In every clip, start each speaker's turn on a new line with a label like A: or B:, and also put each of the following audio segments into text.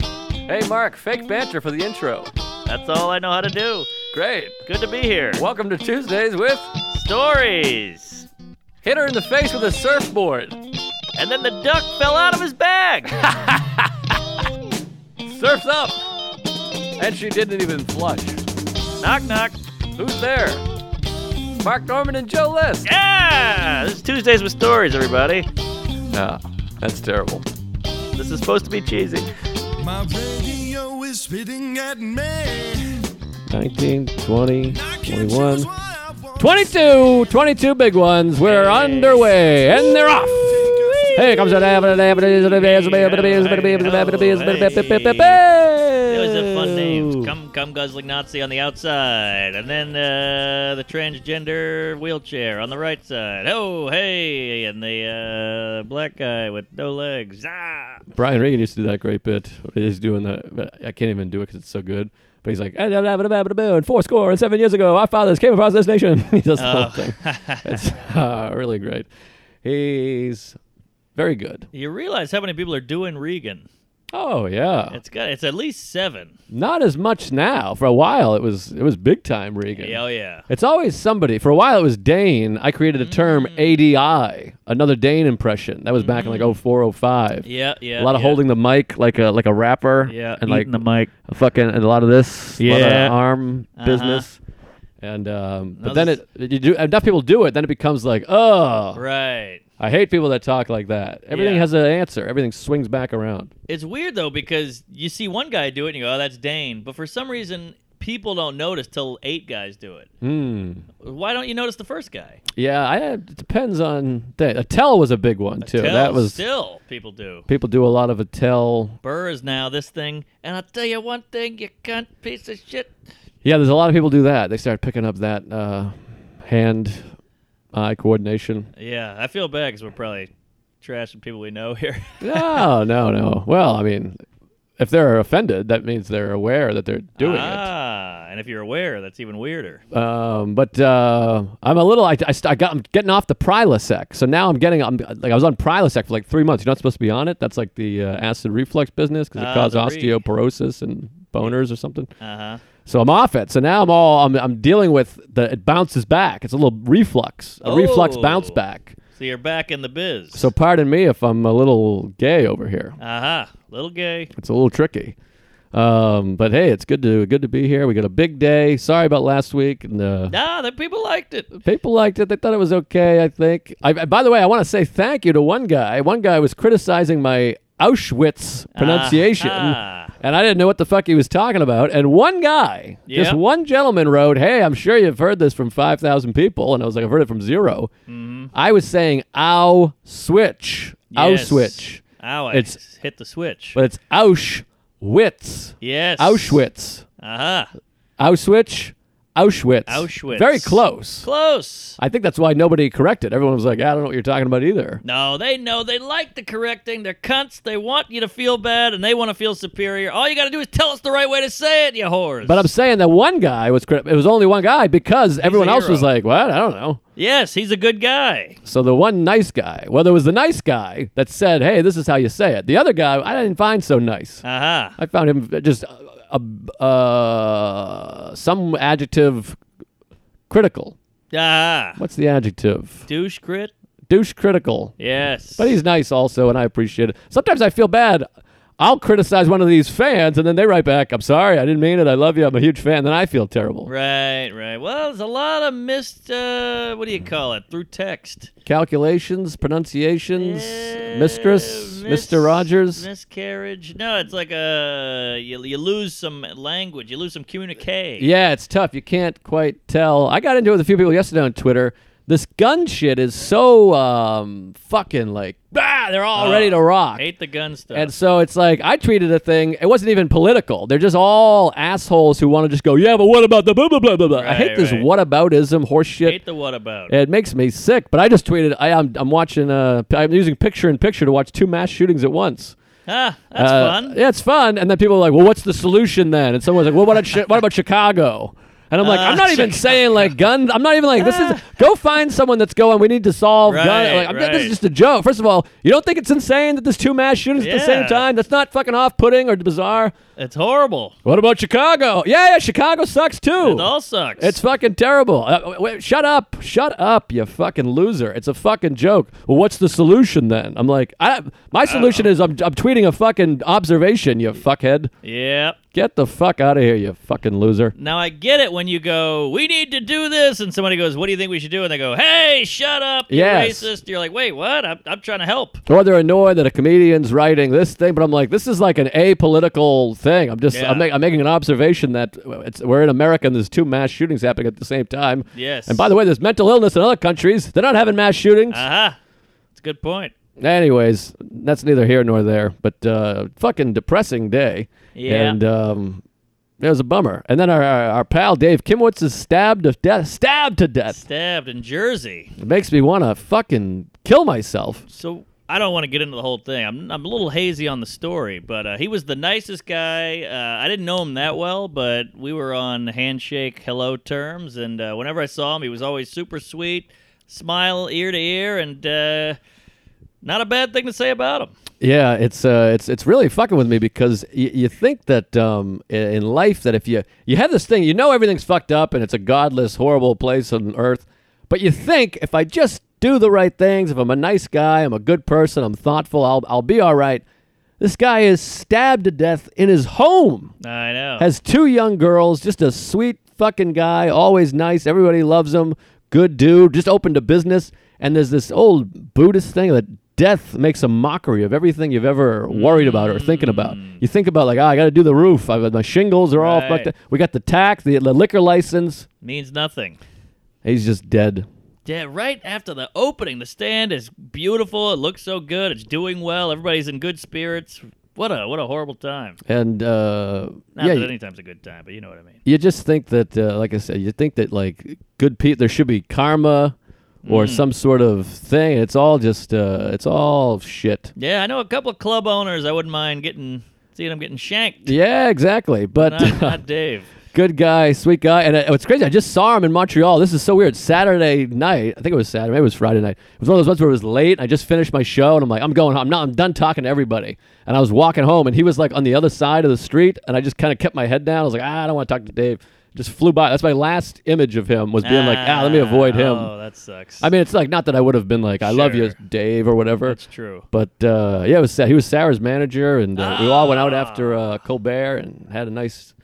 A: Hey, Mark, fake banter for the intro.
B: That's all I know how to do.
A: Great.
B: Good to be here.
A: Welcome to Tuesdays with
B: Stories.
A: Hit Her in the Face with a Surfboard.
B: And then the duck fell out of his bag.
A: Surf's up! And she didn't even flush.
B: knock knock.
A: Who's there? Mark Norman and Joe List.
B: Yeah. This is Tuesdays with Stories, everybody.
A: No, that's terrible.
B: This is supposed to be cheesy.
C: My radio is spitting at me.
D: 19, 20,
C: I can't
D: 21.
C: choose what I want.
D: 22! 22 big ones. We're underway and they're off. Hey, comes
B: Those are fun names.
D: Hey,
B: Come, come, guzzling Nazi on the outside, and then uh, the transgender wheelchair on the right side. Oh, hey, and the uh, black guy with no legs. Ah.
D: Brian Regan used to do that great bit. He's doing that. but I can't even do it because it's so good. But he's like, and four score and seven years ago, our fathers came across this nation. he does the
B: Oh.
D: whole thing. It's uh, really great. He's very good.
B: You realize how many people are doing Regan?
D: Oh, yeah.
B: It's got it's at least seven.
D: Not as much now. For a while, it was it was big time Regan.
B: Yeah, oh yeah.
D: It's always somebody. For a while, it was Dane. I created a
B: Mm.
D: term ADI, another Dane impression. That was back in like 04, 05.
B: Yeah, Mm. yeah.
D: a lot of
B: yeah.
D: holding the mic like a like a rapper.
B: Yeah,
D: and like
B: eating the mic.
D: a fucking and a lot of this. a lot of
B: Yeah.
D: arm
B: Uh-huh.
D: business. And um, but
B: No,
D: then
B: this-
D: it you do enough people do it, then it becomes like, oh,
B: Right.
D: I hate people that talk like that. Everything
B: Yeah.
D: has an answer. Everything swings back around.
B: It's weird though because you see one guy do it and you go, "Oh, that's Dane," but for some reason people don't notice till eight guys do it.
D: Hmm.
B: Why don't you notice the first guy?
D: Yeah, I, it depends on day. Attell was a big one too.
B: Till
D: that was
B: still people do.
D: people do a lot of Attell.
B: Burr is now this thing, and I'll tell you one thing, you cunt piece of shit.
D: Yeah, there's a lot of people do that. They start picking up that uh, hand eye coordination.
B: Yeah, I feel bad because we're probably trashing people we know here.
D: No, no, no. Well, I mean, if they're offended, that means they're aware that they're doing it.
B: ah, and if you're aware, that's even weirder.
D: Um, but uh, I'm a little. I, I, st- I got. I'm getting off the Prilosec, so now I'm getting. I'm like I was on Prilosec for like three months. You're not supposed to be on it. That's like the uh, acid reflux business because it
B: Ah,
D: causes
B: the re-
D: osteoporosis and boners or something.
B: Uh huh.
D: So I'm off it. So now I'm all I'm, I'm dealing with the it bounces back. It's a little reflux, a reflux
B: Oh.
D: bounce back.
B: So you're back in the biz.
D: So pardon me if I'm a little gay over here.
B: Aha, Uh-huh. little gay.
D: It's a little tricky. Um, but hey, it's good to good to be here. We got a big day. Sorry about last week and uh,
B: Nah, the people liked it.
D: People liked it. They thought it was okay. I think. I, I- by the way, I want to say thank you to one guy. One guy was criticizing my Auschwitz pronunciation,
B: Ah.
D: and I didn't know what the fuck he was talking about. And one guy,
B: Yeah.
D: just one gentleman, wrote, "Hey, I'm sure you've heard this from five thousand people," and I was like, "I've heard it from 0
B: Mm-hmm.
D: I was saying "ow switch," "ow
B: Yes.
D: switch,"
B: Ow, I
D: It's-
B: hit the switch.
D: but it's Auschwitz,
B: yes. Uh-huh.
D: Auschwitz,
B: Aha.
D: Auschwitz, Auschwitz,
B: Auschwitz.
D: Very close.
B: Close.
D: I think that's why nobody corrected. Everyone was like, I don't know what you're talking about either.
B: No, they know. They like the correcting. They're cunts. They want you to feel bad and they want to feel superior. All you got to do is tell us the right way to say it, you whores.
D: But I'm saying that one guy was crit- it was only one guy because everyone
B: a
D: else was
B: hero.
D: like, what? I don't know.
B: Yes, he's a good guy.
D: So the one nice guy, well, there was the nice guy that said, hey, this is how you say it. The other guy, I didn't find so nice.
B: Aha.
D: I found him just uh, uh, some adjective critical.
B: Aha.
D: What's the adjective?
B: Uh-huh. Douche crit.
D: Douche critical.
B: Yes.
D: But he's nice also, and I appreciate it. Sometimes I feel bad. I'll criticize one of these fans, and then they write back, I'm sorry, I didn't mean it. I love you. I'm a huge fan. Then I feel terrible.
B: Right, right. Well, there's a lot of missed, uh, what do you call it, through text.
D: Calculations, pronunciations,
B: Uh,
D: mistress,
B: miss-
D: Mr. Rogers.
B: Miscarriage. No, it's like a you, you lose some language. You lose some communique.
D: Yeah, it's tough. You can't quite tell. I got into it with a few people yesterday on Twitter. This gun shit is so um, fucking like, ah, they're all
B: Oh,
D: ready to rock.
B: Hate the gun stuff.
D: And so it's like I tweeted a thing. It wasn't even political. They're just all assholes who want to just go, yeah, but what about the blah blah blah blah blah. I
B: Right,
D: hate this
B: right.
D: whataboutism horse shit.
B: hate the what about?
D: It makes me sick. But I just tweeted. I, I'm I'm watching. Uh, I'm using picture in picture to watch two mass shootings at once.
B: ah, that's
D: Uh,
B: fun.
D: Yeah, it's fun. And then people are like, well, what's the solution then? And someone's like, well, what about, chi- what about Chicago? And I'm like, I'm
B: Ah,
D: not even saying like guns. I'm not even like this is. Go find someone that's going. We need to solve gun.
B: Right,
D: Like, I'm not- This
B: right.
D: is just a joke. First of all, you don't think it's insane that there's two mass shootings at the same
B: Yeah.
D: time? That's not fucking off-putting or bizarre.
B: It's horrible.
D: What about Chicago? Yeah, yeah, Chicago sucks too.
B: It all sucks.
D: It's fucking terrible. Uh, w- wait, shut up. Shut up, you fucking loser. It's a fucking joke. Well, what's the solution then? I'm like, I, my solution is I'm, I'm tweeting a fucking observation, you fuckhead.
B: Yep.
D: Get the fuck out of here, you fucking loser.
B: Now I get it when you go, we need to do this, and somebody goes, what do you think we should do? And they go, hey, shut up, you
D: Yes.
B: racist. You're like, wait, what? I'm, I'm trying to help.
D: Or they're annoyed that a comedian's writing this thing, but I'm like, this is like an apolitical thing. I'm just,
B: Yeah.
D: I'm, make, I'm making an observation that uh, it's, we're in America and there's two mass shootings happening at the same time.
B: Yes.
D: And by the way, there's mental illness in other countries. They're not having mass shootings.
B: uh-huh. it's a good point.
D: Anyways, that's neither here nor there, but uh, fucking depressing day.
B: Yeah.
D: And um, it was a bummer. And then our, our, our pal Dave Kimwitz is stabbed to death. Stabbed to death.
B: Stabbed in Jersey.
D: It makes me want to fucking kill myself.
B: So I don't want to get into the whole thing. I'm, I'm a little hazy on the story, but uh, he was the nicest guy. Uh, I didn't know him that well, but we were on handshake, hello terms, and uh, whenever I saw him, he was always super sweet, smile ear to ear, and uh, not a bad thing to say about him.
D: Yeah, it's uh, it's it's really fucking with me because y- you think that um, i- in life that if you you have this thing, you know everything's fucked up and it's a godless, horrible place on earth, but you think if I just do the right things, if I'm a nice guy, I'm a good person, I'm thoughtful, I'll I'll be all right. This guy is stabbed to death in his home.
B: I know.
D: Has two young girls, just a sweet fucking guy, always nice, everybody loves him, good dude, just opened a business. And there's this old Buddhist thing that death makes a mockery of everything you've ever worried about or thinking about. You think about like, oh, I got to do the roof. I, my shingles are all
B: Right.
D: fucked up. We got the tax, the, the liquor license.
B: Means nothing.
D: He's just dead.
B: Yeah, right after the opening, the stand is beautiful. It looks so good. It's doing well. Everybody's in good spirits. What a what a horrible time.
D: And uh,
B: Not
D: yeah,
B: that
D: you-
B: any time's a good time, but you know what I mean.
D: you just think that, uh, like I said, you think that like good people, there should be karma
B: Mm.
D: or some sort of thing. It's all just, uh, it's all shit.
B: Yeah, I know a couple of club owners. I wouldn't mind getting seeing them getting shanked.
D: Yeah, exactly. But
B: Not, not Dave.
D: good guy, sweet guy. And uh, what's crazy, I just saw him in Montreal. This is so weird. Saturday night, I think it was Saturday, maybe it was Friday night. It was one of those ones where it was late. And I just finished my show, and I'm like, I'm going home. I'm not. I'm done talking to everybody. And I was walking home, and he was like on the other side of the street, and I just kind of kept my head down. I was like, ah, I don't want to talk to Dave. Just flew by. That's my last image of him was being like, ah, let me avoid him.
B: Oh, that sucks.
D: I mean, it's like not that I would have been like, I love you,
B: Sure.
D: Dave, or whatever.
B: that's true.
D: But uh, yeah, it was Sa- he was Sarah's manager, and uh, we all went out after uh, Colbert and had a nice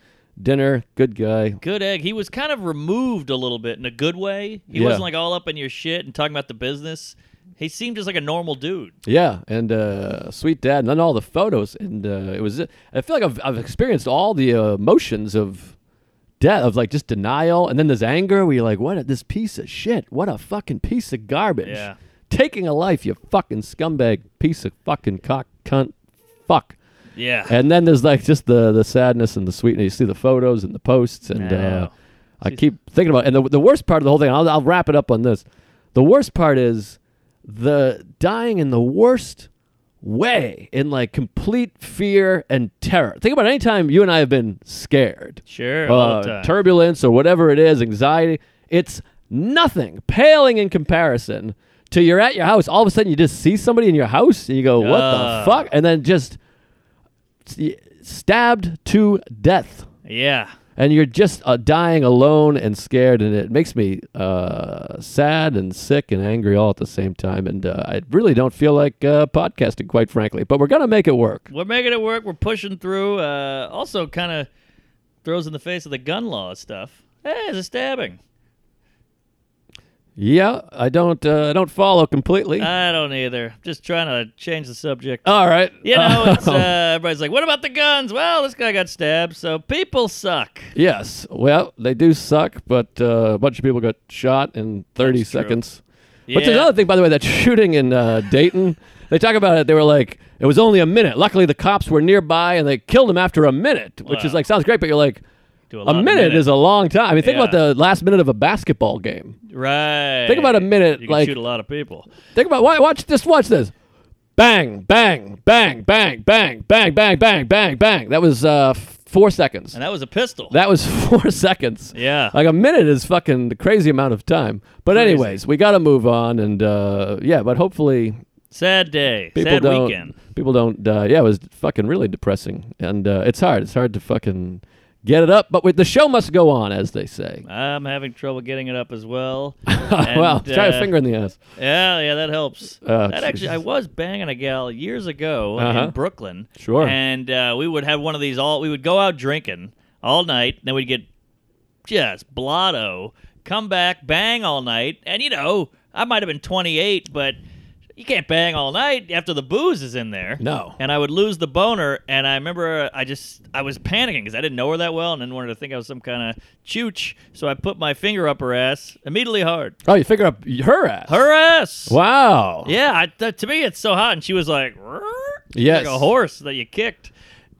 D: dinner. Good guy.
B: Good egg. He was kind of removed a little bit in a good way. He
D: Yeah.
B: wasn't like all up in your shit and talking about the business. He seemed just like a normal dude.
D: Yeah, and uh, sweet dad, and then all the photos, and uh, it was. I feel like I've, I've experienced all the uh, emotions of death, of like just denial, and then there's anger. Where you're like, what a, this piece of shit? What a fucking piece of garbage!
B: Yeah.
D: Taking a life, you fucking scumbag, piece of fucking cock, cunt, fuck.
B: Yeah.
D: and then there's like just the the sadness and the sweetness. You see the photos and the posts, and
B: I
D: uh,
B: know.
D: I keep thinking about. It. And the, the worst part of the whole thing, I'll, I'll wrap it up on this. The worst part is the dying in the worst way, in like complete fear and terror. Think about any time you and I have been scared,
B: sure. all the
D: uh,
B: time.
D: turbulence or whatever it is, anxiety. It's nothing, paling in comparison to you're at your house. All of a sudden, you just see somebody in your house, and you go, "What
B: Ah.
D: the fuck?" And then just s- stabbed to death,
B: yeah.
D: and you're just uh, dying alone and scared, and it makes me uh, sad and sick and angry all at the same time. And uh, I really don't feel like uh, podcasting, quite frankly. But we're gonna make it work.
B: We're making it work. We're pushing through. Uh, also, kind of throws in the face of the gun law stuff. Hey, it's a stabbing.
D: Yeah, I don't, uh, I don't follow completely.
B: I don't either. Just trying to change the subject.
D: all right,
B: You know, it's,
D: Um,
B: uh, everybody's like, what about the guns? Well, this guy got stabbed, so people suck.
D: Yes. Well, they do suck, but uh, a bunch of people got shot in 30
B: That's true.
D: seconds.
B: Yeah.
D: Which is another thing, by the way, that shooting in uh, Dayton, they talk about it. They were like, it was only a minute. Luckily, the cops were nearby and they killed him after a minute, which is
B: Wow.
D: like, sounds great, but you're like,
B: Do
D: a,
B: lot
D: minute,
B: of
D: is a long time. I mean, think about
B: Yeah.
D: the last minute of a basketball game.
B: right.
D: Think about a minute,
B: You can
D: like-
B: shoot a lot of people.
D: Think about why watch just watch this. Bang, bang, bang, bang, bang, bang, bang, bang, bang, bang, bang. That was uh, f- Four seconds.
B: and that was a pistol.
D: That was four seconds.
B: yeah.
D: Like a minute is fucking the crazy amount of time. But
B: Crazy.
D: anyways, we got to move on, and uh, yeah, but hopefully
B: sad day.
D: people
B: sad
D: don't
B: weekend.
D: people don't die. Yeah, it was fucking really depressing, and uh, it's hard. It's hard to fucking get it up, but we, the show must go on, as they say.
B: I'm having trouble getting it up as well. And,
D: well, try a
B: uh,
D: finger in the ass.
B: Yeah, yeah, that helps.
D: Oh,
B: that actually, I
D: Jesus.
B: was banging a gal years ago
D: Uh-huh.
B: in Brooklyn.
D: Sure.
B: And uh, we would have one of these all. We would go out drinking all night, then we'd get just blotto, come back, bang all night, and you know, I might have been 28, but you can't bang all night after the booze is in there.
D: No.
B: And I would lose the boner, and I remember uh, I just I was panicking because I didn't know her that well, and didn't want her to think I was some kind of chooch. So I put my finger up her ass immediately hard.
D: Oh, you figure up her ass.
B: Her ass.
D: Wow.
B: Yeah, I, th- to me it's so hot, and she was like, "Rrrr,"
D: Yes.
B: like a horse that you kicked.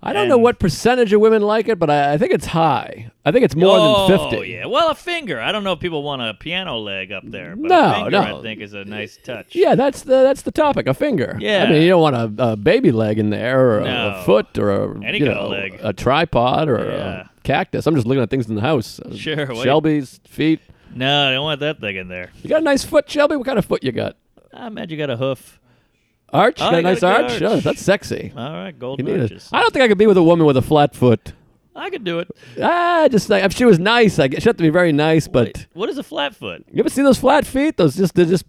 D: I don't know
B: And-
D: what percentage of women like it, but I, I think it's high. I think it's more
B: oh,
D: than fifty.
B: yeah. Well, a finger. I don't know if people want a piano leg up there, but
D: No,
B: a finger
D: no.
B: I think is a nice touch.
D: Yeah, that's the that's the topic. A finger.
B: Yeah.
D: I mean, you don't want a, a baby leg in there, or a,
B: No.
D: a foot, or a
B: Any
D: you
B: kind
D: know,
B: of leg.
D: a tripod, or
B: Yeah.
D: a cactus. I'm just looking at things in the house. Uh,
B: Sure, wait.
D: Shelby's feet.
B: No, I don't want that thing in there.
D: You got a nice foot, Shelby. What kind of foot you got?
B: I imagine you got a hoof.
D: Arch.
B: Oh,
D: got a
B: I got a
D: nice
B: good
D: arch.
B: arch.
D: Oh, that's sexy.
B: All right,
D: You
B: golden
D: need it.
B: arches.
D: I don't think I could be with a woman with a flat foot.
B: I could do it.
D: Ah, just like if she was nice, I guess she had to be very nice. But
B: What is a flat foot?
D: you ever see those flat feet? Those just they're just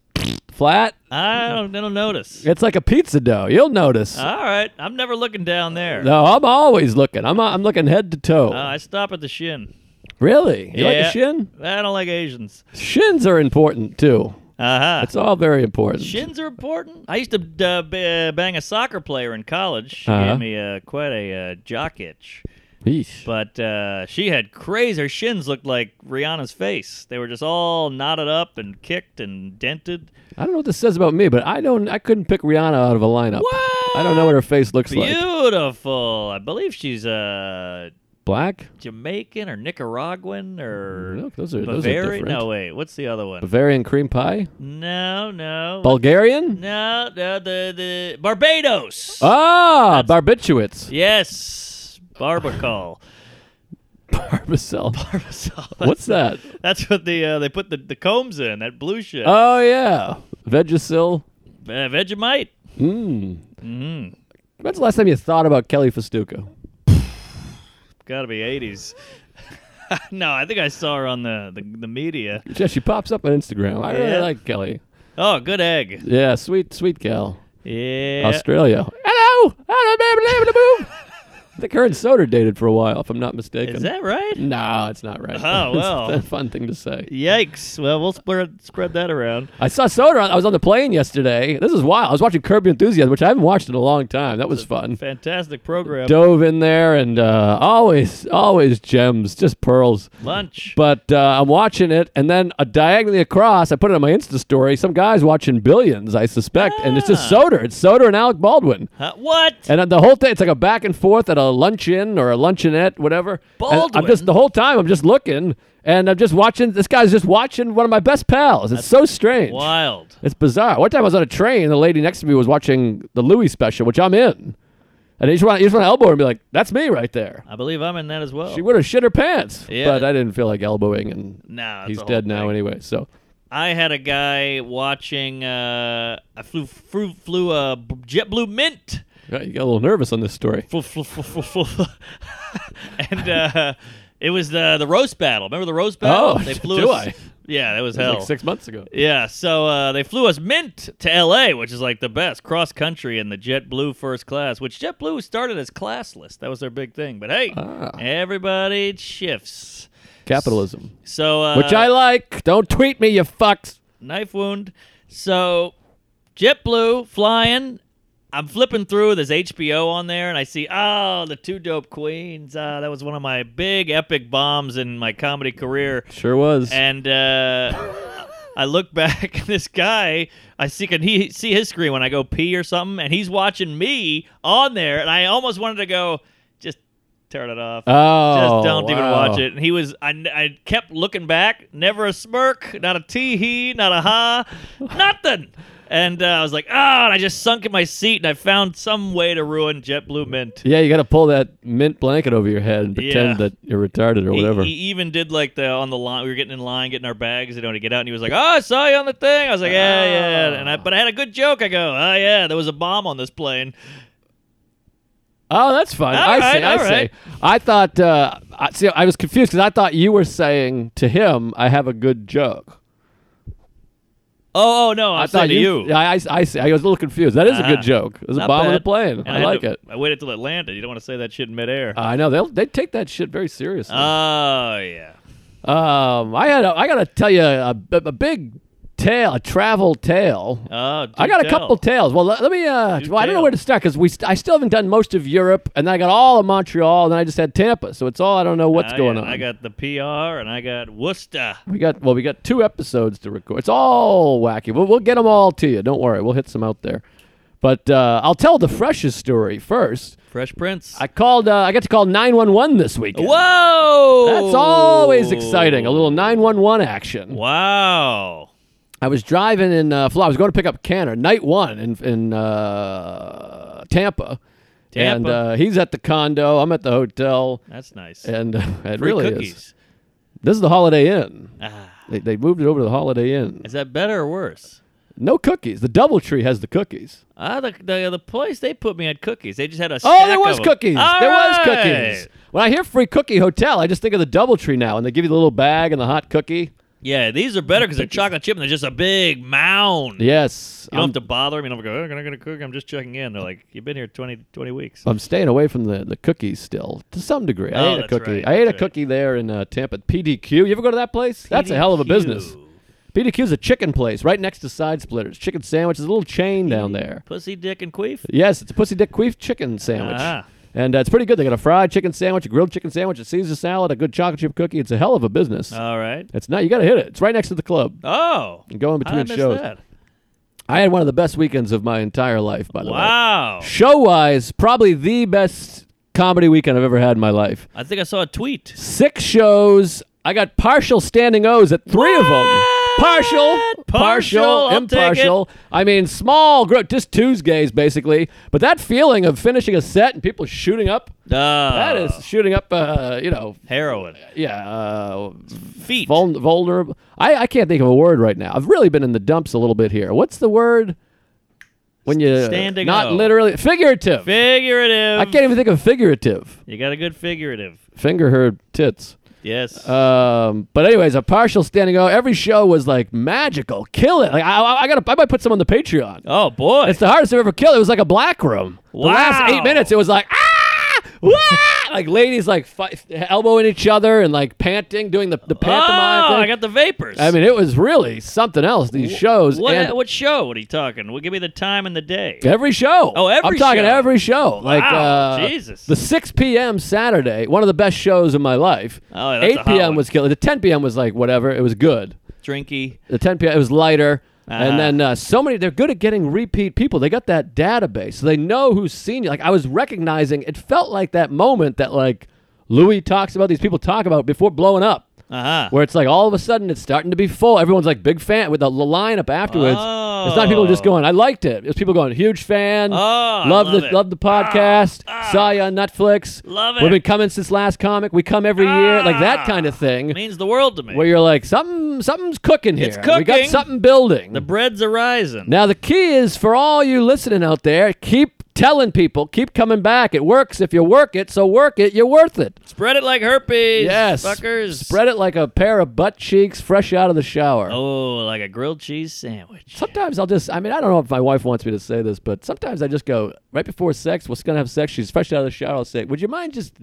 D: flat.
B: I don't. I don't notice.
D: It's like a pizza dough. You'll notice.
B: All right, I'm never looking down there.
D: no, I'm always looking. I'm I'm looking head to toe.
B: Uh, I stop at the shin.
D: Really? You like
B: Yeah.
D: a shin?
B: I don't like Asians.
D: Shins are important too.
B: Uh huh.
D: It's all very important.
B: Shins are important. I used to uh, b- uh, bang a soccer player in college. She
D: Uh-huh.
B: gave me uh, quite a uh, jock itch,
D: Yeesh.
B: but uh, she had crazy. Her shins looked like Rihanna's face. They were just all knotted up and kicked and dented.
D: I don't know what this says about me, but I don't. I couldn't pick Rihanna out of a lineup.
B: What?
D: I don't know what her face looks like.
B: Beautiful. I believe she's uh,
D: Black.
B: Jamaican or Nicaraguan or
D: Look, those are those are
B: Bavarian.
D: different.
B: No, wait. What's the other one?
D: Bavarian cream pie.
B: No, no.
D: Bulgarian.
B: no, no, the, the Barbados.
D: Ah, barbiturates.
B: Yes, barbacol.
D: Barbicel.
B: Barbasol.
D: What's that?
B: That's what the uh, they put the, the combs in that blue shit. Uh,
D: Oh yeah, Vegasil.
B: Vegemite. Hmm,
D: Mmm. When's the last time you thought about Kelly Festuca?
B: Got to be eighties. no, I think I saw her on the the, the media.
D: Yeah, she pops up on Instagram. I really
B: Yeah.
D: like Kelly.
B: Oh, good egg.
D: Yeah, sweet, sweet gal.
B: Yeah.
D: Australia. Hello, hello, baby, baby, boom. I think her and Soder dated for a while, if I'm not mistaken.
B: Is that right?
D: No, it's not right.
B: Oh, well.
D: it's a fun thing to say.
B: Yikes. Well, we'll spread spread that around.
D: I saw Soder. On, I was on the plane yesterday. This is wild. I was watching Curb Your Enthusiasm, which I haven't watched in a long time. That was fun.
B: Fantastic program.
D: Dove in there and uh, always, always gems, just pearls.
B: Lunch.
D: But uh, I'm watching it, and then uh, diagonally across, I put it on my Insta story. Some guy's watching Billions, I suspect, and it's just
B: Ah.
D: Soder. It's Soder and Alec Baldwin.
B: Huh? what?
D: And uh, the whole thing, it's like a back and forth at a luncheon or a luncheonette, whatever. And I'm
B: Baldwin.
D: just the whole time. I'm just looking, and I'm just watching. This guy's just watching one of my best pals. It's so strange.
B: Wild.
D: It's bizarre. One time I was on a train, and the lady next to me was watching the Louis special, which I'm in, and I just want, you just want to elbow her and be like, "That's me right there."
B: I believe I'm in that as well.
D: She would have shit her pants,
B: Oh. Yeah.
D: but I didn't feel like elbowing, and
B: Nah, that's
D: he's
B: the whole
D: dead now
B: thing.
D: anyway. So
B: I had a guy watching. Uh, I flew flew flew a b- JetBlue uh, Mint.
D: yeah, you got a little nervous on this story.
B: Flew, flew, flew, flew, flew. and uh, it was the the roast battle. Remember the roast battle?
D: Oh, do
B: us-
D: I?
B: Yeah, that was
D: It was
B: hell.
D: like six months ago.
B: yeah, so uh, they flew us Mint to L.A., which is like the best cross country in the JetBlue first class. Which JetBlue started as classless. That was their big thing. But hey,
D: Ah.
B: everybody shifts.
D: Capitalism,
B: So uh,
D: which I like. Don't tweet me, you fucks.
B: knife wound. So, JetBlue flying. I'm flipping through. There's HBO on there, and I see, oh, the two dope queens. Uh, that was one of my big epic bombs in my comedy career.
D: Sure was.
B: And uh, I look back, and this guy, I see can he see his screen when I go pee or something, and he's watching me on there, and I almost wanted to go, just turn it off.
D: Oh,
B: Just don't even
D: wow.
B: watch it. And he was, I, I kept looking back, never a smirk, not a tee hee, not a ha, nothing. And uh, I was like, oh, and I just sunk in my seat and I found some way to ruin JetBlue Mint.
D: Yeah, you got to pull that mint blanket over your head and pretend
B: Yeah.
D: that you're retarded or
B: He-
D: whatever.
B: He, even did like the on the line. We were getting in line, getting our bags. You know, to get out, and he was like, "Oh, I saw you on the thing." I was like, "Yeah,
D: Ah.
B: yeah." And I, but I had a good joke. I go, "Oh yeah, there was a bomb on this plane."
D: Oh, that's fine.
B: All
D: I
B: right,
D: see. I
B: all
D: see.
B: right.
D: I thought. Uh, I see. I was confused because I thought you were saying to him, "I have a good joke."
B: Oh, oh no, I,
D: I
B: said
D: thought
B: to you.
D: Yeah, I, I, I see. I was a little confused. That is a
B: Ah,
D: good joke. It was a
B: Not
D: bomb on the
B: bad.
D: plane.
B: And
D: I
B: had
D: like
B: to-
D: it.
B: I waited till it landed. You don't want to say that shit in midair.
D: I know they'll they take that shit very seriously. Ah.
B: oh yeah.
D: um, I had a, I gotta tell you a, b- a big tale, a travel tale.
B: Oh, do
D: I got a
B: tell.
D: couple tales. Well, let, let me. Uh,
B: Do
D: well, I don't know
B: tell.
D: where to start because we st- I still haven't done most of Europe, and then I got all of Montreal, and then I just had Tampa. So it's all I don't know what's
B: I
D: going
B: got-
D: on.
B: I got the PR and I got Worcester.
D: We got well, we got two episodes to record. It's all wacky. We'll, we'll get them all to you. Don't worry. We'll hit some out there. But uh, I'll tell the freshest story first.
B: Fresh Prince.
D: I called. Uh, I got to call nine one one this weekend.
B: Whoa!
D: That's always exciting. A little nine one one action.
B: Wow.
D: I was driving in uh, Florida. I was going to pick up Canner night one in in uh, Tampa. And
B: Tampa.
D: uh, he's at the condo. I'm at the hotel,
B: That's nice.
D: and uh, it
B: Free
D: really is.
B: cookies.
D: This is the Holiday Inn.
B: Ah,
D: They, they moved it over to the Holiday Inn.
B: is that better or worse?
D: No cookies. The DoubleTree has the cookies.
B: Ah, the, the the place they put me at cookies. They just had a.
D: Oh,
B: stack
D: there
B: of
D: was
B: them.
D: cookies.
B: All
D: there was
B: right.
D: cookies. When I hear free cookie hotel, I just think of the DoubleTree now, and they give you the little bag and the hot cookie.
B: Yeah, these are better because they're chocolate chip and they're just a big mound.
D: Yes,
B: You don't
D: I'm,
B: have to bother them. You don't have to go, oh, can I get a cookie? I'm just checking in. They're like, you've been here 20, 20 weeks.
D: I'm staying away from the, the cookies still to some degree. I
B: Oh,
D: ate a
B: that's
D: cookie.
B: right,
D: I ate a
B: that's right.
D: cookie there in uh, Tampa. PDQ. You ever go to that place? That's a hell of a business.
B: PDQ.
D: PDQ's a chicken place right next to Side Splitters. Chicken sandwich. There's a little chain down there.
B: Pussy, dick, and queef.
D: Yes, it's a pussy dick queef chicken sandwich.
B: Ah.
D: And uh, it's pretty good. They got a fried chicken sandwich, a grilled chicken sandwich, a Caesar salad, a good chocolate chip cookie. It's a hell of a business.
B: All right.
D: It's not. You got to hit it. It's right next to the club.
B: Oh.
D: And Go in
B: How'd I
D: between
B: miss
D: shows.
B: that?
D: I had one of the best weekends of my entire life. By the way,
B: Wow.
D: show wise, probably the best comedy weekend I've ever had in my life.
B: I think I saw a tweet.
D: Six shows. I got partial standing O's at three of them. Partial,
B: Partial,
D: partial,
B: I'll take it.
D: impartial. I mean, small group, just Tuesdays basically. But that feeling of finishing a set and people shooting up. That is shooting up, uh, you know,
B: heroin.
D: yeah, uh,
B: Feet.
D: Vul- vulnerable. I, I can't think of a word right now. I've really been in the dumps a little bit here. What's the word when you
B: Standing
D: not
B: O.
D: literally figurative?
B: figurative.
D: I can't even think of figurative.
B: You got a good figurative.
D: Finger her tits.
B: Yes.
D: Um, but anyways, a partial standing O. Every show was like magical, kill it. Like I, I, I gotta, I might put some on the Patreon.
B: oh boy.
D: It's the hardest I've ever killed. It was like a black room. The last eight
B: Wow.
D: minutes, it was like ah, wah! like ladies like fi- elbowing each other and like panting, doing the the
B: oh,
D: pantomime. thing.
B: I got the vapors.
D: I mean, it was really something else. These shows,
B: what
D: and
B: what show? What are you talking? Well, give me the time and the day.
D: every show.
B: Oh, every
D: I'm talking
B: show.
D: every show. Like
B: Wow,
D: uh,
B: Jesus.
D: the 6 p.m. Saturday, one of the best shows of my life.
B: Oh, yeah, that's a
D: 8
B: hot
D: p.m.
B: one.
D: was killer. The 10 p.m. was like whatever. It was good.
B: Drinky.
D: The 10 p.m. it was lighter.
B: Ah.
D: And then uh, so many, they're good at getting repeat people. They got that database, so they know who's seen you. Like I was recognizing, it felt like that moment that like Louis talks about. These people talk about before blowing up
B: Uh huh.
D: where it's like all of a sudden it's starting to be full. Everyone's like big fan with the l- lineup afterwards. It's not people just
B: Oh.
D: going, "I liked it." It's people going, "Huge fan,
B: Oh, I love
D: the
B: it. Ah.
D: love the podcast, saw you on Netflix,
B: Love
D: We've
B: it. Ah.
D: been coming since last comic. We come every year, like that kind of thing."
B: Means the world to me.
D: Where you're like, something, something's cooking here.
B: It's
D: We got
B: cooking.
D: something building.
B: the bread's arising.
D: now the key is for all you listening out there, keep telling people, keep coming back. It works if you work it. So work it. You're worth it.
B: Spread it like herpes.
D: Yes.
B: Fuckers.
D: Spread it like a pair of butt cheeks fresh out of the shower.
B: Oh, like a grilled cheese sandwich.
D: Sometimes I'll just, I mean, I don't know if my wife wants me to say this, but sometimes I just go, right before sex, what's going to have sex? She's fresh out of the shower. I'll say, would you mind just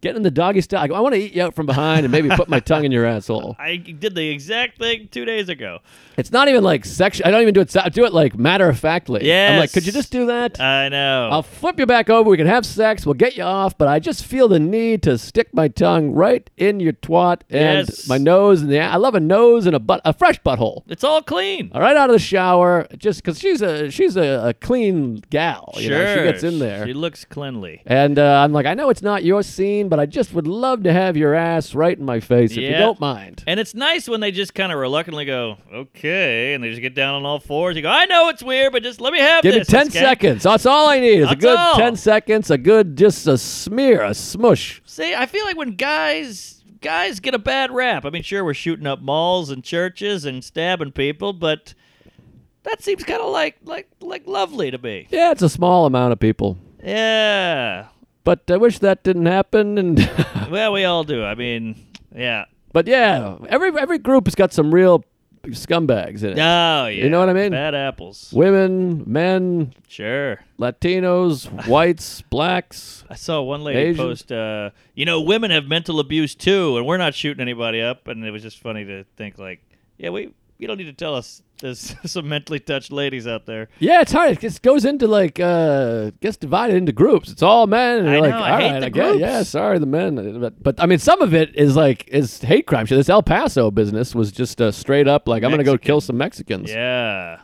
D: getting in the doggy style? I, go, I want to eat you out from behind and maybe put my tongue in your asshole.
B: I did the exact thing two days ago.
D: It's not even like sexual. I don't even do it. se- I do it like matter of factly. I'm like,
B: Yes. Uh,
D: could you just do that?
B: I know.
D: I'll flip you back over. We can have sex. We'll get you off. But I just feel the need to stick my tongue right in your twat and
B: Yes.
D: my nose and the. I love a nose and a butt, a fresh butthole.
B: it's all clean.
D: right out of the shower, just because she's a she's a, a clean gal. Oh, You
B: sure.
D: know, she gets in there,
B: She looks cleanly.
D: and uh, I'm like, I know it's not your scene, but I just would love to have your ass right in my face if you
B: Yeah.
D: don't mind.
B: And it's nice when they just kind of reluctantly go, okay, and they just get down on all fours. You go, I know it's weird, but just let me have
D: Give me
B: this.
D: 10
B: It's ca-
D: seconds. That's all I need. It's a
B: That's
D: good
B: all.
D: 10 seconds, a good, just a smear, a smush.
B: See, I feel like when guys guys get a bad rap. I mean, sure, we're shooting up malls and churches and stabbing people, but that seems kind of like like like lovely to me.
D: Yeah, it's a small amount of people.
B: Yeah.
D: But I wish that didn't happen. And
B: Well, we all do. I mean, yeah.
D: But yeah, every every group has got some real scumbags in it.
B: Oh, yeah.
D: You know what I mean?
B: Bad apples.
D: Women, men,
B: Sure.
D: Latinos, whites, blacks.
B: I saw one lady
D: Asians.
B: post, uh, you know, women have mental abuse too, and we're not shooting anybody up. And it was just funny to think, like, yeah, we you don't need to tell us there's some mentally touched ladies out there.
D: Yeah, it's hard. It just goes into like uh gets divided into groups. It's all men. And
B: I
D: you're like,
B: know,
D: all
B: I
D: right,
B: hate the
D: I guess,
B: groups.
D: yeah, sorry, the men. But, but I mean, some of it is like is hate crime shit. This El Paso business was just uh, straight up like I'm gonna go
B: Mexican.
D: kill some Mexicans.
B: Yeah.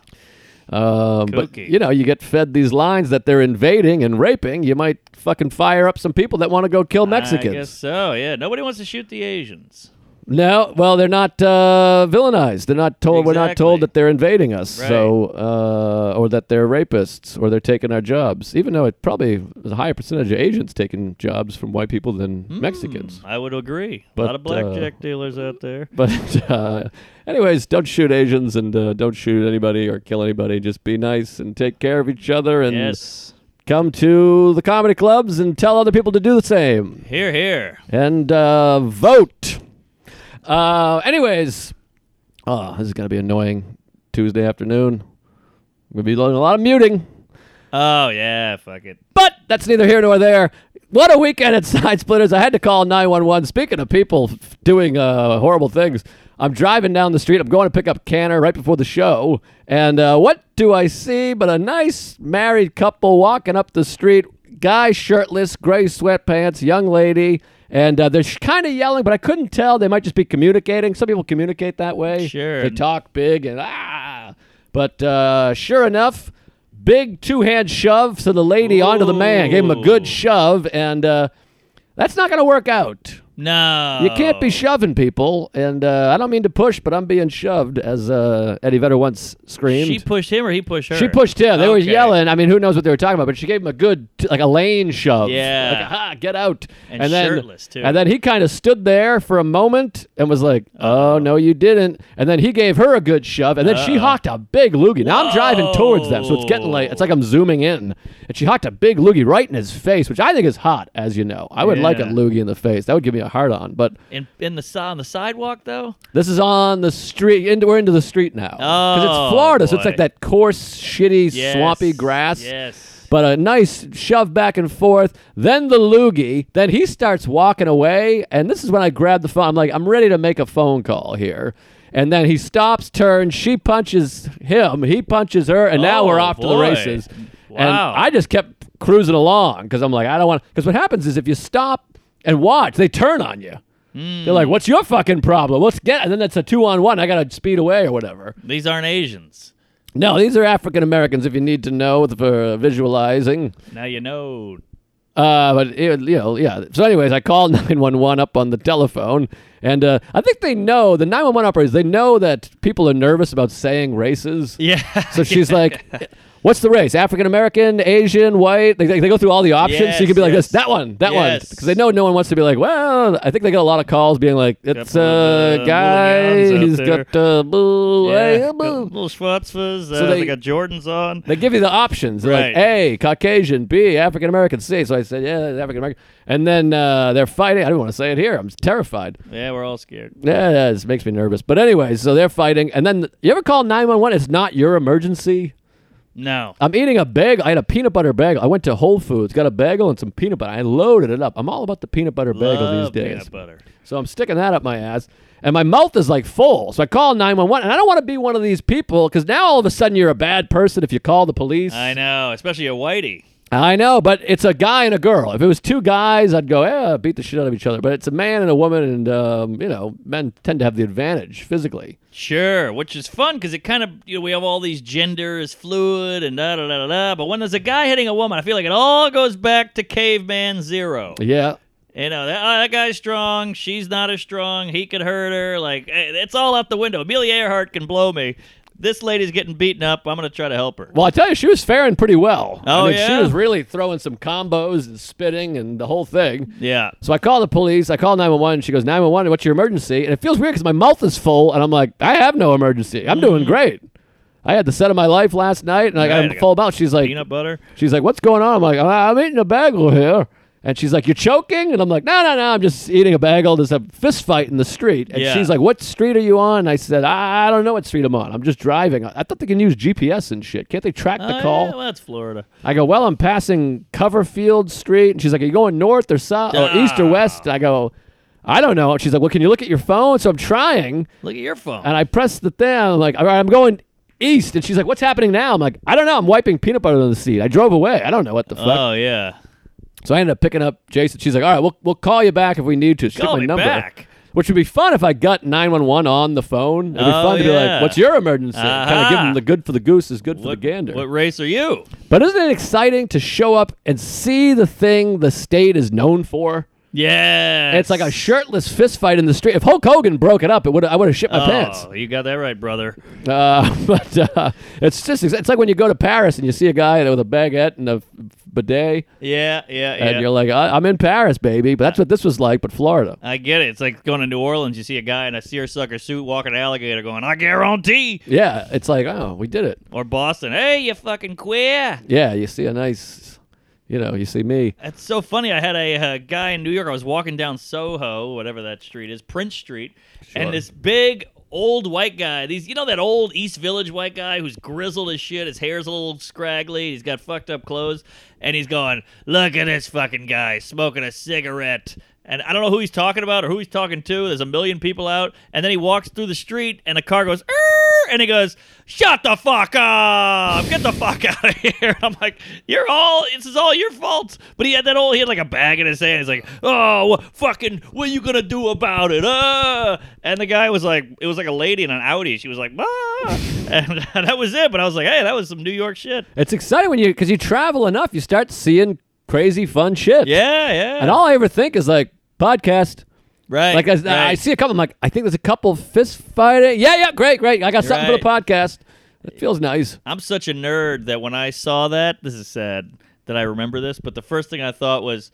D: Um, but
B: Kooky.
D: you know, you get fed these lines that they're invading and raping. You might fucking fire up some people that want to go kill Mexicans.
B: I guess so. Yeah. Nobody wants to shoot the Asians.
D: No, well, they're not uh, villainized. They're not told. We're not
B: Exactly.
D: told that they're invading us,
B: Right.
D: so uh, or that they're rapists or they're taking our jobs. Even though it probably is a higher percentage of Asians taking jobs from white people than
B: Hmm.
D: Mexicans.
B: I would agree.
D: But, uh,
B: a lot of blackjack dealers out there.
D: But uh, anyways, don't shoot Asians and uh, don't shoot anybody or kill anybody. Just be nice and take care of each other and
B: Yes.
D: come to the comedy clubs and tell other people to do the same.
B: Here, here.
D: and uh, vote. Uh, anyways, oh, this is gonna be annoying Tuesday afternoon. We'll be doing a lot of muting,
B: Oh yeah. Fuck it.
D: but that's neither here nor there. What a weekend at Side Splitters! I had to call 911. Speaking of people f- doing uh, horrible things, I'm driving down the street. I'm going to pick up Canner right before the show, and uh, what do I see but a nice married couple walking up the street? Guy shirtless, gray sweatpants, young lady, and uh, they're kind of yelling, but I couldn't tell. They might just be communicating. Some people communicate that way.
B: Sure.
D: They talk big and ah. But uh, sure enough, big two hand shove to the lady onto the man. Gave him a good
B: Ooh.
D: shove, and uh, that's not going to work out.
B: No.
D: You can't be shoving people, and uh, I don't mean to push, but I'm being shoved, as uh, Eddie Vedder once screamed.
B: She pushed him or he pushed her.
D: She pushed him. They were
B: Okay.
D: yelling. I mean, who knows what they were talking about? But she gave him a good, t- like a lane shove.
B: Yeah.
D: Like, ha, get out.
B: And
D: then,
B: shirtless, too.
D: And then he kind of stood there for a moment and was like, "Oh no, you didn't." And then he gave her a good shove, and then she hocked a big loogie. Now I'm driving towards them, so it's getting like it's like I'm zooming in, and she hocked a big loogie right in his face, which I think is hot, as you know. I would like a
B: Yeah.
D: loogie in the face. That would give me a hard on. But
B: in in the si- on the sidewalk though.
D: this is on the street. Into, we're into the street now. it's
B: Oh,
D: Florida, so it's
B: boy.
D: like that coarse, shitty,
B: Yes.
D: swampy grass.
B: Yes.
D: But a nice shove back and forth. Then the loogie. Then he starts walking away. And this is when I grab the phone. I'm like, I'm ready to make a phone call here. And then he stops, turns. She punches him. He punches her. And now
B: Oh,
D: we're off to the
B: boy.
D: races. And
B: Wow.
D: I just kept cruising along because I'm like, I don't want. Because what happens is if you stop and watch, they turn on you. They're
B: Hmm.
D: like, "What's your fucking problem? Let's get." And then it's a two-on-one. I gotta speed away or whatever.
B: These aren't Asians.
D: No, these are African Americans. If you need to know for visualizing.
B: Now you know.
D: Uh, but it, you know, yeah. So, anyways, I called nine one one up on the telephone, and uh, I think they know the nine one one operators. They know that people are nervous about saying races.
B: Yeah.
D: So she's like, "What's the race? African American, Asian, white?" They, they go through all the options. so you
B: Yes,
D: can be like
B: yes.
D: this, that one, that one,
B: Yes.
D: because they know no one wants to be like, "Well, I think they get a lot of calls being like, it's
B: Couple
D: a
B: of, uh,
D: guy,
B: mulligans out
D: he's
B: there."
D: got uh, boo, hey,
B: yeah,
D: boo."
B: got little Schwarzes. Uh,
D: So
B: they,
D: they-
B: got Jordans on.
D: They give you the options. They're like
B: Right.
D: A, Caucasian, B, African American, C. So I said, yeah, African American. And then uh, they're fighting. I don't want to say it here. I'm terrified.
B: yeah, we're all scared.
D: Yeah, yeah, this makes me nervous. But anyway, so they're fighting. And then you ever call 911? It's not your emergency.
B: No.
D: I'm eating a bagel. I had a peanut butter bagel. I went to Whole Foods, got a bagel and some peanut butter. I loaded it up. I'm all about the peanut butter bagel these
B: Love
D: days.
B: Peanut butter.
D: So I'm sticking that up my ass. And my mouth is like full. So I call 911. And I don't want to be one of these people because now all of a sudden you're a bad person if you call the police.
B: I know, especially a whitey.
D: I know, but it's a guy and a girl. If it was two guys, I'd go, yeah, beat the shit out of each other. But it's a man and a woman, and um, you know, men tend to have the advantage physically.
B: Sure, which is fun because it kind of you know we have all these genders fluid and da da da da da. But when there's a guy hitting a woman, I feel like it all goes back to caveman zero.
D: Yeah,
B: You know, that, oh, that guy's strong. She's not as strong. He could hurt her. Like, eh, it's all out the window. Amelia Earhart can blow me. This lady's getting beaten up. I'm going to try to help her.
D: Well, I tell you, she was faring pretty well.
B: Oh,
D: I mean, She
B: yeah?
D: was really throwing some combos and spitting and the whole thing.
B: Yeah.
D: So I call the police. I call 911. She goes, 911, what's your emergency? And it feels weird because my mouth is full. And I'm like, I have no emergency. I'm doing great. I had the set of my life last night and I
B: Mm-hmm. Right, I
D: got
B: got
D: full mouth. She's like,
B: Peanut butter.
D: she's like, what's going on? I'm like, "I- I'm eating a bagel here. And she's like, you're choking? And I'm like, no, no, no. I'm just eating a bagel. There's a fist fight in the street. And
B: Yeah.
D: she's like, what street are you on? And I said, I I don't know what street I'm on. I'm just driving. I I thought they can use GPS and shit. Can't they track the
B: Oh,
D: call?
B: yeah, well, that's Florida.
D: I go, well, I'm passing Coverfield Street. And she's like, are you going north or south or east or west? And I go, I don't know. And she's like, well, can you look at your phone? So I'm trying.
B: Look at your phone.
D: And I press the thing. I'm like, all right, I'm going east. And she's like, what's happening now? I'm like, I don't know. I'm wiping peanut butter on the seat. I drove away. I don't know what the fuck.
B: oh, yeah.
D: So I ended up picking up Jason. She's like, all right, we'll, we'll call you back if we need to. She took
B: Call
D: my
B: me
D: number.
B: back.
D: Which would be fun if I got 911 on the phone. It'd be
B: Oh,
D: fun to be
B: yeah.
D: like, what's your emergency? Kind of give
B: Aha.
D: them the good for the goose is good for the
B: What,
D: gander.
B: what race are you?
D: But isn't it exciting to show up and see the thing the state is known for?
B: Yeah.
D: It's like a shirtless fist fight in the street. If Hulk Hogan broke it up, it would I would have shit my
B: Oh,
D: pants.
B: you got that right, brother.
D: Uh, but uh, it's just it's like when you go to Paris and you see a guy with a baguette and a bidet,
B: Yeah, yeah, yeah.
D: and you're like, I- "I'm in Paris, baby." But that's what this was like, but Florida.
B: I get it. It's like going to New Orleans. You see a guy in a seersucker suit walking an alligator going, I guarantee.
D: Yeah, it's like, oh, we did it.
B: Or Boston, hey, you fucking queer.
D: Yeah, you see a nice, you know, you see me.
B: It's so funny. I had a uh, guy in New York. I was walking down Soho, whatever that street is, Prince Street, and this big old white guy. These, you know, that old East Village white guy who's grizzled as shit. His hair's a little scraggly. He's got fucked up clothes, and he's going, "Look at this fucking guy smoking a cigarette." And I don't know who he's talking about or who he's talking to. There's a million people out, and then he walks through the street, and a car goes, "Err," and he goes, "Shut the fuck up! Get the fuck out of here!" I'm like, "You're all. This is all your fault." But he had that old. He had like a bag in his hand. He's like, "Oh, wh- fucking, what are you gonna do about it?" Uh! And the guy was like, it was like a lady in an Audi. She was like, "Ah," and that was it. But I was like, "Hey, that was some New York shit."
D: It's exciting when you because you travel enough, you start seeing crazy fun shit.
B: Yeah, yeah.
D: And all I ever think is like podcast.
B: right.
D: Like I,
B: right.
D: I see a couple. I'm like, I think there's a couple fist fighting. Yeah, yeah, great, great. I got something for the podcast. It feels nice.
B: I'm such a nerd that when I saw that, this is sad that I remember this, but the first thing I thought was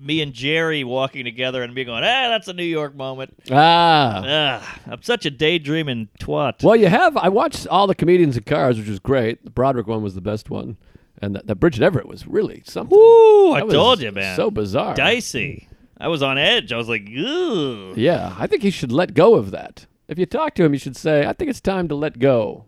B: me and Jerry walking together and me going, "Ah, that's a New York moment."
D: Ah.
B: Ugh, I'm such a daydreaming twat.
D: Well, you have. I watched all the comedians in Cars, which was great. The Broderick one was the best one, and that, that Bridget Everett was really something.
B: Woo, I
D: That was
B: told you, man.
D: So bizarre.
B: dicey. I was on edge. I was like, "Ooh."
D: Yeah, I think he should let go of that. If you talk to him, you should say, "I think it's time to let go."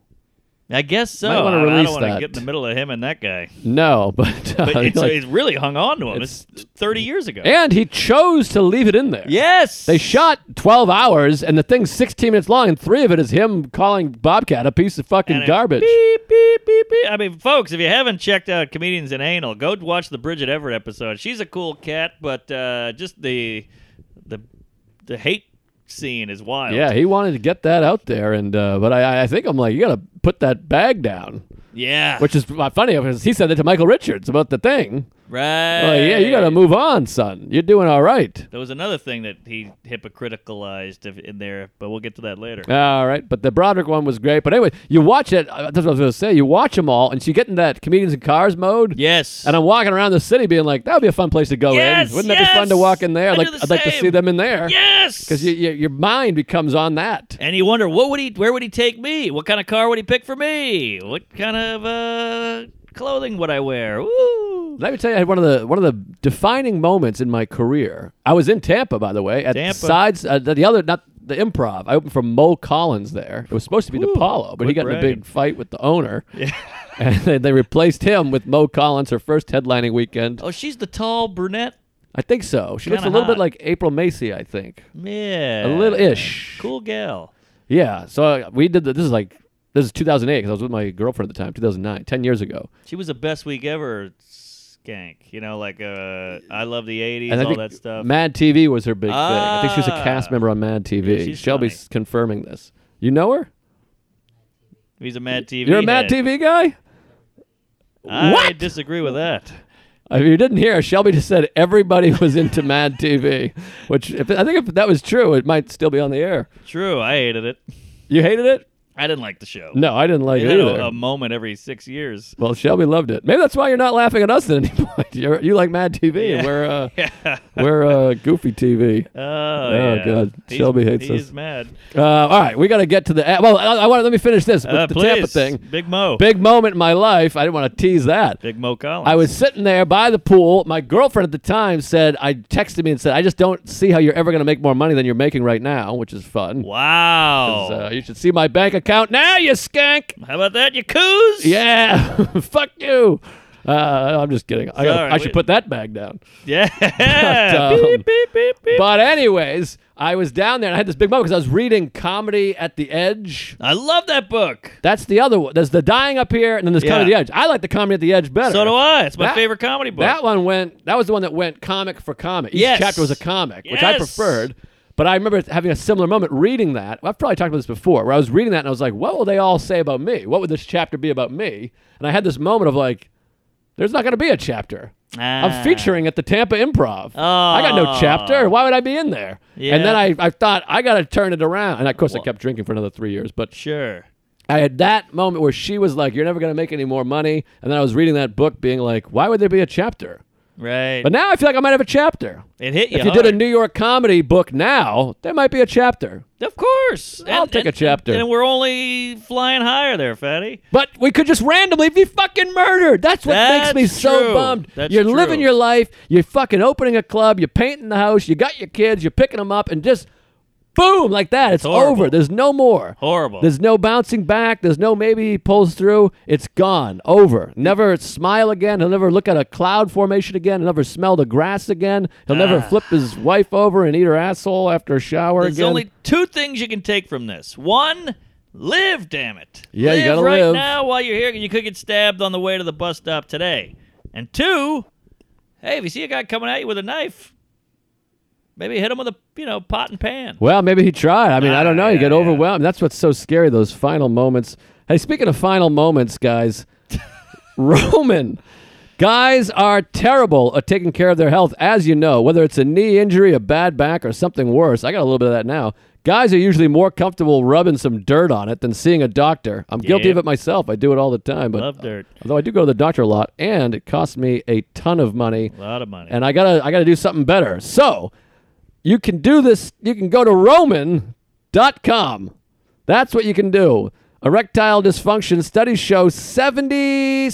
B: I guess so.
D: Might
B: I,
D: wanna
B: I
D: release
B: don't want
D: that.
B: to get in the middle of him and that guy.
D: No, but, uh,
B: But it's,
D: like-
B: it's really hung on to him. It's, 30 years ago.
D: and he chose to leave it in there.
B: yes.
D: They shot 12 hours, and the thing's 16 minutes long, and three of it is him calling Bobcat a piece of fucking
B: And it-
D: garbage.
B: Beep, beep, beep, beep. I mean, folks, if you haven't checked out Comedians in Anal, go watch the Bridget Everett episode. She's a cool cat, but uh, just the the the hate scene is wild.
D: Yeah, he wanted to get that out there, and uh, but I, I think I'm like, you gotta put that bag down,
B: Yeah.
D: which is funny because he said that to Michael Richards about the thing.
B: right.
D: Oh yeah, you gotta move on, son. You're doing all right.
B: There was another thing that he hypocriticalized if- in there, but we'll get to that later.
D: All right, but the Broderick one was great. But anyway, you watch it. uh, That's what I was gonna say. You watch them all, and so you get in that comedians in cars mode.
B: Yes.
D: And I'm walking around the city, being like, that would be a fun place to go
B: Yes,
D: in. Wouldn't that be fun to
B: yes!
D: walk in there?
B: I
D: I'd like,
B: do the
D: I'd like to
B: same.
D: see them in there.
B: yes.
D: because you, you, your mind becomes on that.
B: and you wonder what would he where would he take me what kind of car would he pick for me what kind of uh, clothing would i wear Ooh.
D: Let me tell you, I had one of the one of the defining moments in my career. I was in Tampa, by the way, at
B: Tampa.
D: sides uh, the, the other not the improv. I opened for Mo Collins there. It was supposed to be DePaulo, but he
B: quit
D: got in a
B: bragging.
D: big fight with the owner, and they, they replaced him with Mo Collins. Her first headlining weekend,
B: oh she's the tall brunette
D: I think so. She looks a
B: Kinda
D: little bit
B: hot.
D: like April Macy, I think,
B: yeah
D: a little ish.
B: cool gal
D: Yeah. So uh, we did the, this is like this is 2008 because I was with my girlfriend at the time, 2009, 10 years ago.
B: she was the best week ever skank you know like uh, i love the 80s
D: I
B: all
D: think
B: that stuff
D: Mad TV was her big thing. I think she was a cast
B: Ah.
D: member on Mad TV.
B: Yeah, she's
D: Shelby's confirming this. You know her?
B: he's a mad tv
D: You're a Mad
B: head.
D: TV guy?
B: i
D: What?
B: disagree with that
D: If you didn't hear, Shelby just said everybody was into Mad TV, which if, I think if that was true, it might still be on the air.
B: True, I hated it.
D: You hated it?
B: I didn't like the show.
D: No, I didn't like
B: They
D: it
B: had
D: either.
B: a, a moment every six years.
D: well, Shelby loved it. Maybe that's why you're not laughing at us at any point. You're, you like Mad TV, and we're uh, we're uh, goofy TV.
B: Oh,
D: Oh,
B: yeah.
D: God.
B: He's-
D: Shelby hates
B: he's
D: us.
B: mad.
D: Uh, all right, we got to get to the. Well, I, I want to let me finish this with
B: Uh,
D: the
B: please,
D: Tampa thing.
B: Big Mo.
D: Big moment in my life. I didn't want to tease that.
B: Big Mo Collins.
D: I was sitting there by the pool. My girlfriend at the time said, I texted me and said, I just don't see how you're ever going to make more money than you're making right now, which is fun.
B: Wow.
D: Uh, you should see my bank account now, you skank.
B: How about that, you coos?
D: Yeah, fuck you. Uh, I'm just kidding. I, gotta-
B: Sorry,
D: I should
B: we-
D: put that bag down.
B: Yeah.
D: But, um,
B: beep, beep, beep, beep.
D: But, anyways, I was down there and I had this big moment because I was reading Comedy at the Edge.
B: I love that book.
D: That's the other one. There's the dying up here, and then there's Comedy
B: Yeah.
D: at the Edge. I like the Comedy at the Edge better.
B: So do I. It's my
D: That-
B: favorite comedy book.
D: That one went. That was the one that went comic for comic. Each
B: Yes.
D: chapter was a comic, which I
B: Yes.
D: preferred. But I remember having a similar moment reading that. I've probably talked about this before, where I was reading that and I was like, "What will they all say about me? What would this chapter be about me?" And I had this moment of like, "There's not going to be a chapter.
B: Ah.
D: I'm featuring at the Tampa Improv. I got no
B: Oh.
D: chapter. Why would I be in there?" And then
B: Yeah.
D: I, I thought I got to turn it around. And of course, I kept drinking for another three years. But
B: Sure.
D: I had that moment where she was like, "You're never going to make any more money," and then I was reading that book, being like, "Why would there be a chapter?"
B: Right.
D: But now I feel like I might have a chapter.
B: it hit you.
D: If you did a
B: hard.
D: New York comedy book now, there might be a chapter.
B: Of course.
D: I'll
B: And-
D: take a
B: and-
D: chapter.
B: And we're only flying higher there, fatty.
D: But we could just randomly be fucking murdered. That's what
B: That's
D: makes me so
B: true.
D: bummed.
B: That's
D: you're
B: true.
D: living your life. You're fucking opening a club. You're painting the house. You got your kids. You're picking them up, and just boom like that. It's,
B: horrible.
D: over. There's no more.
B: Horrible.
D: There's no bouncing back. There's no maybe he pulls through. It's gone. Over. Never smile again. He'll never look at a cloud formation again. He'll never smell the grass again. He'll never flip his wife over and eat her asshole after a shower
B: Ah. There's
D: again.
B: only two things you can take from this. One, live, damn it.
D: Yeah, you
B: live
D: gotta
B: right
D: live.
B: now while you're here. You could get stabbed on the way to the bus stop today. And two, hey, if you see a guy coming at you with a knife, maybe hit him with a you know pot and pan.
D: Well, maybe he tried. I mean, I don't know. You
B: yeah,
D: get
B: yeah.
D: overwhelmed. That's what's so scary, those final moments. Hey, speaking of final moments, guys, Roman. Guys are terrible at taking care of their health, as you know, whether it's a knee injury, a bad back, or something worse. I got a little bit of that now. Guys are usually more comfortable rubbing some dirt on it than seeing a doctor. I'm guilty of
B: Yep.
D: it myself. I do it all the time. But
B: Love dirt.
D: although I do go to the doctor a lot, and it costs me a ton of money
B: A lot of money.
D: and I gotta I gotta do something better. So you can do this. You can go to Roman.com. That's what you can do. Erectile dysfunction studies show 70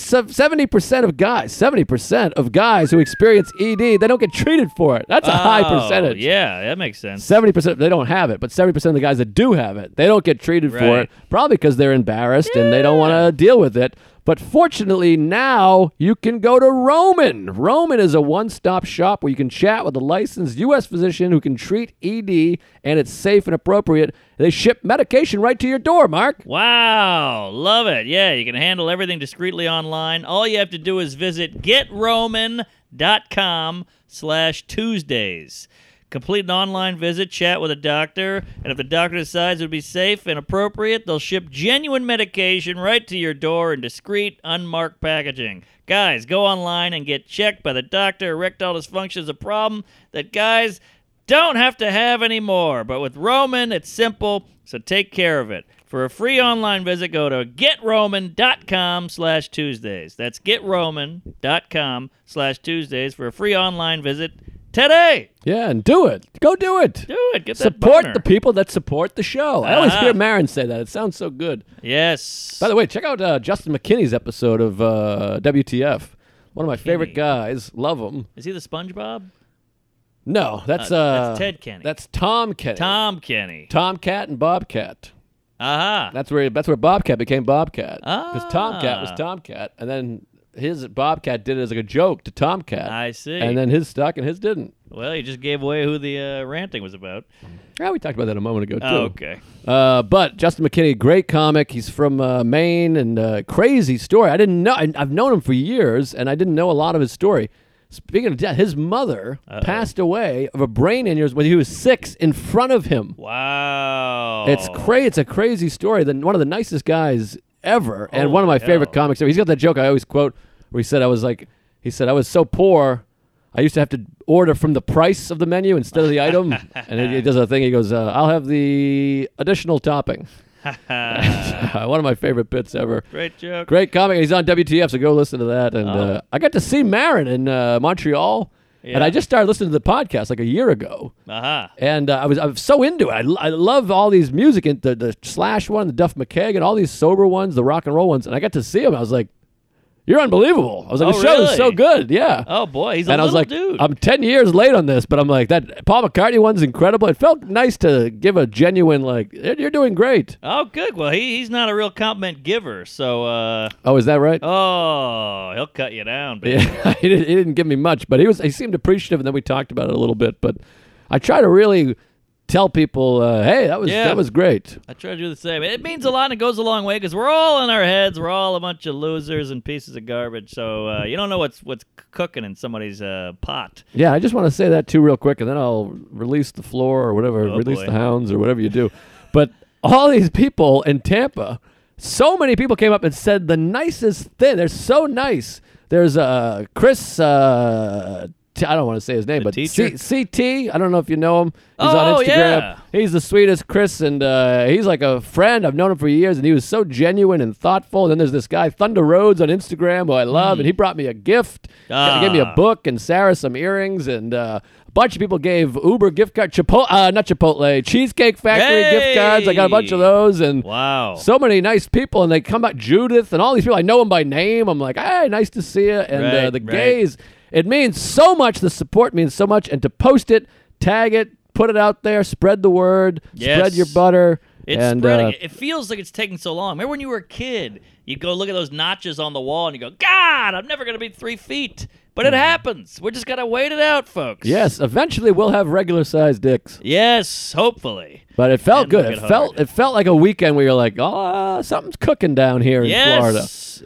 D: percent of guys, seventy percent of guys who experience ED, they don't get treated for it. That's a high
B: Oh,
D: percentage.
B: Yeah, that makes sense.
D: Seventy percent they don't have it, but seventy percent of the guys that do have it, they don't get treated for
B: Right.
D: it, probably because they're embarrassed and they don't want to deal with it. But fortunately, now you can go to Roman. Roman is a one-stop shop where you can chat with a licensed U.S. physician who can treat ED, and it's safe and appropriate. They ship medication right to your door, Mark.
B: Wow, love it. Yeah, you can handle everything discreetly online. All you have to do is visit getroman.com slash Tuesdays. Complete an online visit, chat with a doctor, and if the doctor decides it would be safe and appropriate, they'll ship genuine medication right to your door in discreet, unmarked packaging. Guys, go online and get checked by the doctor. Erectile dysfunction is a problem that guys don't have to have anymore. But with Roman, it's simple, so take care of it. For a free online visit, go to getroman.com slash Tuesdays. That's getroman.com slash Tuesdays for a free online visit today.
D: Yeah, and do it. Go do it.
B: Do it. Get that
D: Support
B: boner.
D: the people that support the show. I always
B: Ah.
D: hear Marin say that. It sounds so good.
B: Yes.
D: By the way, check out uh, Justin McKinney's episode of uh, WTF. One of my favorite
B: McKinney.
D: guys. Love him.
B: Is he the SpongeBob?
D: No, that's uh,
B: Uh, that's Ted Kenny.
D: That's Tom Kenny.
B: Tom Kenny.
D: Tomcat and Bobcat.
B: Aha.
D: That's where that's where Bobcat became Bobcat because Tomcat was
B: Ah.
D: Tomcat, and then his Bobcat did it as like a joke to Tomcat.
B: I see.
D: And then his stuck and his didn't.
B: well, you just gave away who the uh, ranting was about.
D: Yeah, we talked about that a moment ago too.
B: Oh, okay.
D: Uh, but Justin McKinney, great comic. He's from uh, Maine, and uh, crazy story. I didn't know. I, I've known him for years, and I didn't know a lot of his story. Speaking of death, his mother passed away of a brain aneurysm when he was six in front of him.
B: Wow.
D: It's crazy. It's a crazy story. The, one of the nicest guys ever, and one of my
B: Holy
D: favorite
B: hell.
D: comics ever. He's got that joke I always quote, where he said, "I was like, He said, I was so poor, I used to have to order from the price of the menu instead of the item. and he, he does a thing. He goes, uh, I'll have the additional topping. One of my favorite bits ever.
B: Great joke.
D: Great comic. He's on WTF, so go listen to that.
B: Oh.
D: And uh, I got to see Marin in uh, Montreal. And
B: Yeah.
D: I just started listening to the podcast like a year ago
B: Uh-huh.
D: and uh, I was I was so into it. I, l- I love all these music and the the Slash one, the Duff McKagan, all these sober ones, the rock and roll ones, and I got to see him. I was like, "You're unbelievable!" I was like,
B: Oh,
D: "The show is so
B: really?
D: good, yeah."
B: Oh boy, he's a
D: and I
B: little
D: was like,
B: dude.
D: "I'm ten years late on this, but I'm like that Paul McCartney one's incredible." It felt nice to give a genuine like, "You're you're doing great."
B: oh good. Well, he, he's not a real compliment giver, so uh
D: Oh, is that right?
B: oh, he'll cut you down. But
D: Yeah, he, didn't, he didn't give me much, but he was he seemed appreciative, and then we talked about it a little bit. But I try to really tell people, uh, "Hey, that was
B: Yeah.
D: that was great."
B: I try to do the same. It means a lot and it goes a long way because we're all in our heads. We're all a bunch of losers and pieces of garbage. So uh, you don't know what's what's c- cooking in somebody's uh, pot.
D: Yeah, I just want to say that too, real quick, and then I'll release the floor or whatever,
B: Oh,
D: release
B: boy.
D: the hounds or whatever you do. But all these people in Tampa, so many people came up and said the nicest thing. They're so nice. There's uh, Chris. Uh, T- I don't want to say his name, but
B: teacher?
D: C- CT. I don't know if you know him. He's
B: Oh,
D: on Instagram.
B: yeah.
D: He's the sweetest, Chris, and uh, he's like a friend. I've known him for years, and he was so genuine and thoughtful. And then there's this guy, Thunder Rhodes, on Instagram, who I love, and he brought me a gift.
B: Hmm. Ah.
D: He gave me a book, and Sarah some earrings, and uh, a bunch of people gave Uber gift card, Chipotle, uh, not Chipotle, Cheesecake Factory gift cards. I got a bunch of
B: Hey.
D: those, and
B: Wow.
D: so many nice people, and they come out Judith and all these people. I know them by name. I'm like, hey, nice to see you. And uh,
B: Right,
D: the
B: right.
D: gays, it means so much. The support means so much, and to post it, tag it, put it out there, spread the word, spread
B: Yes.
D: your butter.
B: It's
D: and,
B: spreading.
D: uh,
B: it feels like it's taking so long. Remember when you were a kid, you go look at those notches on the wall and you go, God, I'm never going to be three feet. But it happens. We're just going to wait it out, folks.
D: Hmm. yes, eventually we'll have regular sized dicks.
B: Yes, hopefully.
D: But it felt
B: And
D: good.
B: look
D: It
B: at
D: felt
B: Howard.
D: it felt like a weekend where you're like, oh, something's cooking down here in
B: yes,
D: Florida.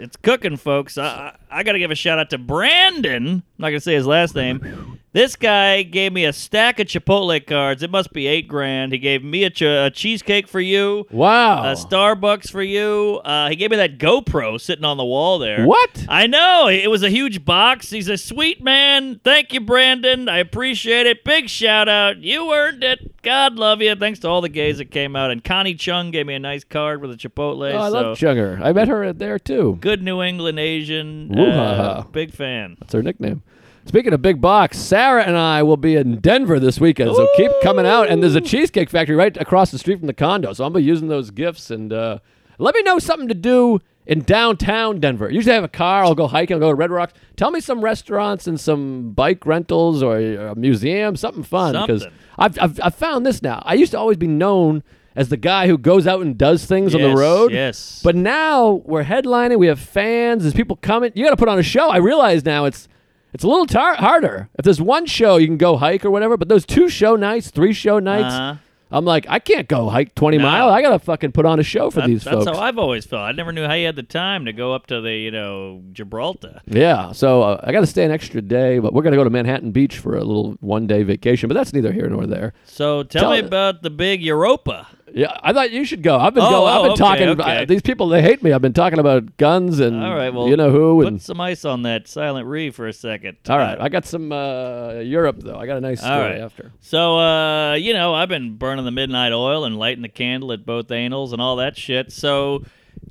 B: it's cooking, folks. I, I, I got to give a shout out to Brandon. I'm not going to say his last name. This guy gave me a stack of Chipotle cards. It must be eight grand. He gave me a, ch- a cheesecake for you.
D: Wow.
B: Uh, Starbucks for you. Uh, he gave me that GoPro sitting on the wall there.
D: What?
B: I know. It was a huge box. He's a sweet man. Thank you, Brandon. I appreciate it. Big shout out. You earned it. God love you. Thanks to all the gays that came out. And Connie Chung gave me a nice card with a Chipotle.
D: Oh, I
B: so
D: love Chunger. I met her at there too.
B: good New England Asian.
D: Woo-ha-ha.
B: Uh, big fan.
D: That's her nickname. Speaking of big box, Sarah and I will be in Denver this weekend, so keep coming out. And there's a cheesecake factory right across the street from the condo, so I'm gonna be using those gifts. And uh, let me know something to do in downtown Denver. Usually I have a car. I'll go hiking. I'll go to Red Rocks. Tell me some restaurants and some bike rentals or a museum, something fun. Because
B: Something.
D: I've, I've I've found this now. I used to always be known as the guy who goes out and does things on the
B: Yes,
D: road.
B: yes.
D: But now we're headlining. We have fans. There's people coming. You got to put on a show. I realize now it's it's a little tar- harder. If there's one show, you can go hike or whatever. But those two show nights, three show nights,
B: Uh-huh.
D: I'm like, I can't go hike 20 miles. I gotta fucking put on a show for these
B: That's
D: folks.
B: how I've always felt. I never knew how you had the time to go up to the, you know, Gibraltar.
D: yeah. So uh, I gotta stay an extra day. But we're gonna go to Manhattan Beach for a little one day vacation. But that's neither here nor there.
B: So tell,
D: Tell-
B: me about the big Europa.
D: Yeah, I thought you should go. I've been
B: Oh,
D: going. I've
B: oh,
D: been
B: okay,
D: talking.
B: okay.
D: I- these people they hate me. I've been talking about guns and
B: All right, well,
D: you know who and
B: Put some ice on that silent re for a second.
D: All right, I got some uh, Europe though. I got a nice story
B: All right.
D: after.
B: So, uh, you know, I've been burning the midnight oil and lighting the candle at both anals and all that shit. So,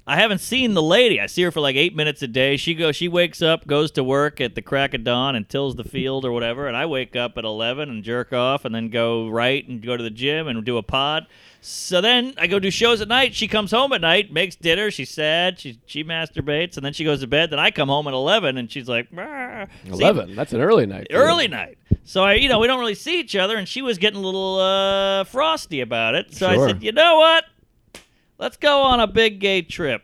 B: I haven't seen the lady. I see her for like eight minutes a day. She goes, she wakes up, goes to work at the crack of dawn and tills the field or whatever. And I wake up at eleven and jerk off, and then go right and go to the gym and do a pod. So then I go do shows at night. She comes home at night, makes dinner. She's sad. She she masturbates, and then she goes to bed. Then I come home at eleven, and she's like, "Rah." See,
D: Eleven. That's an early night. dude.
B: early night. So I, you know, we don't really see each other, and she was getting a little uh, frosty about it. So
D: Sure.
B: I said, you know what? Let's go on a big gay trip.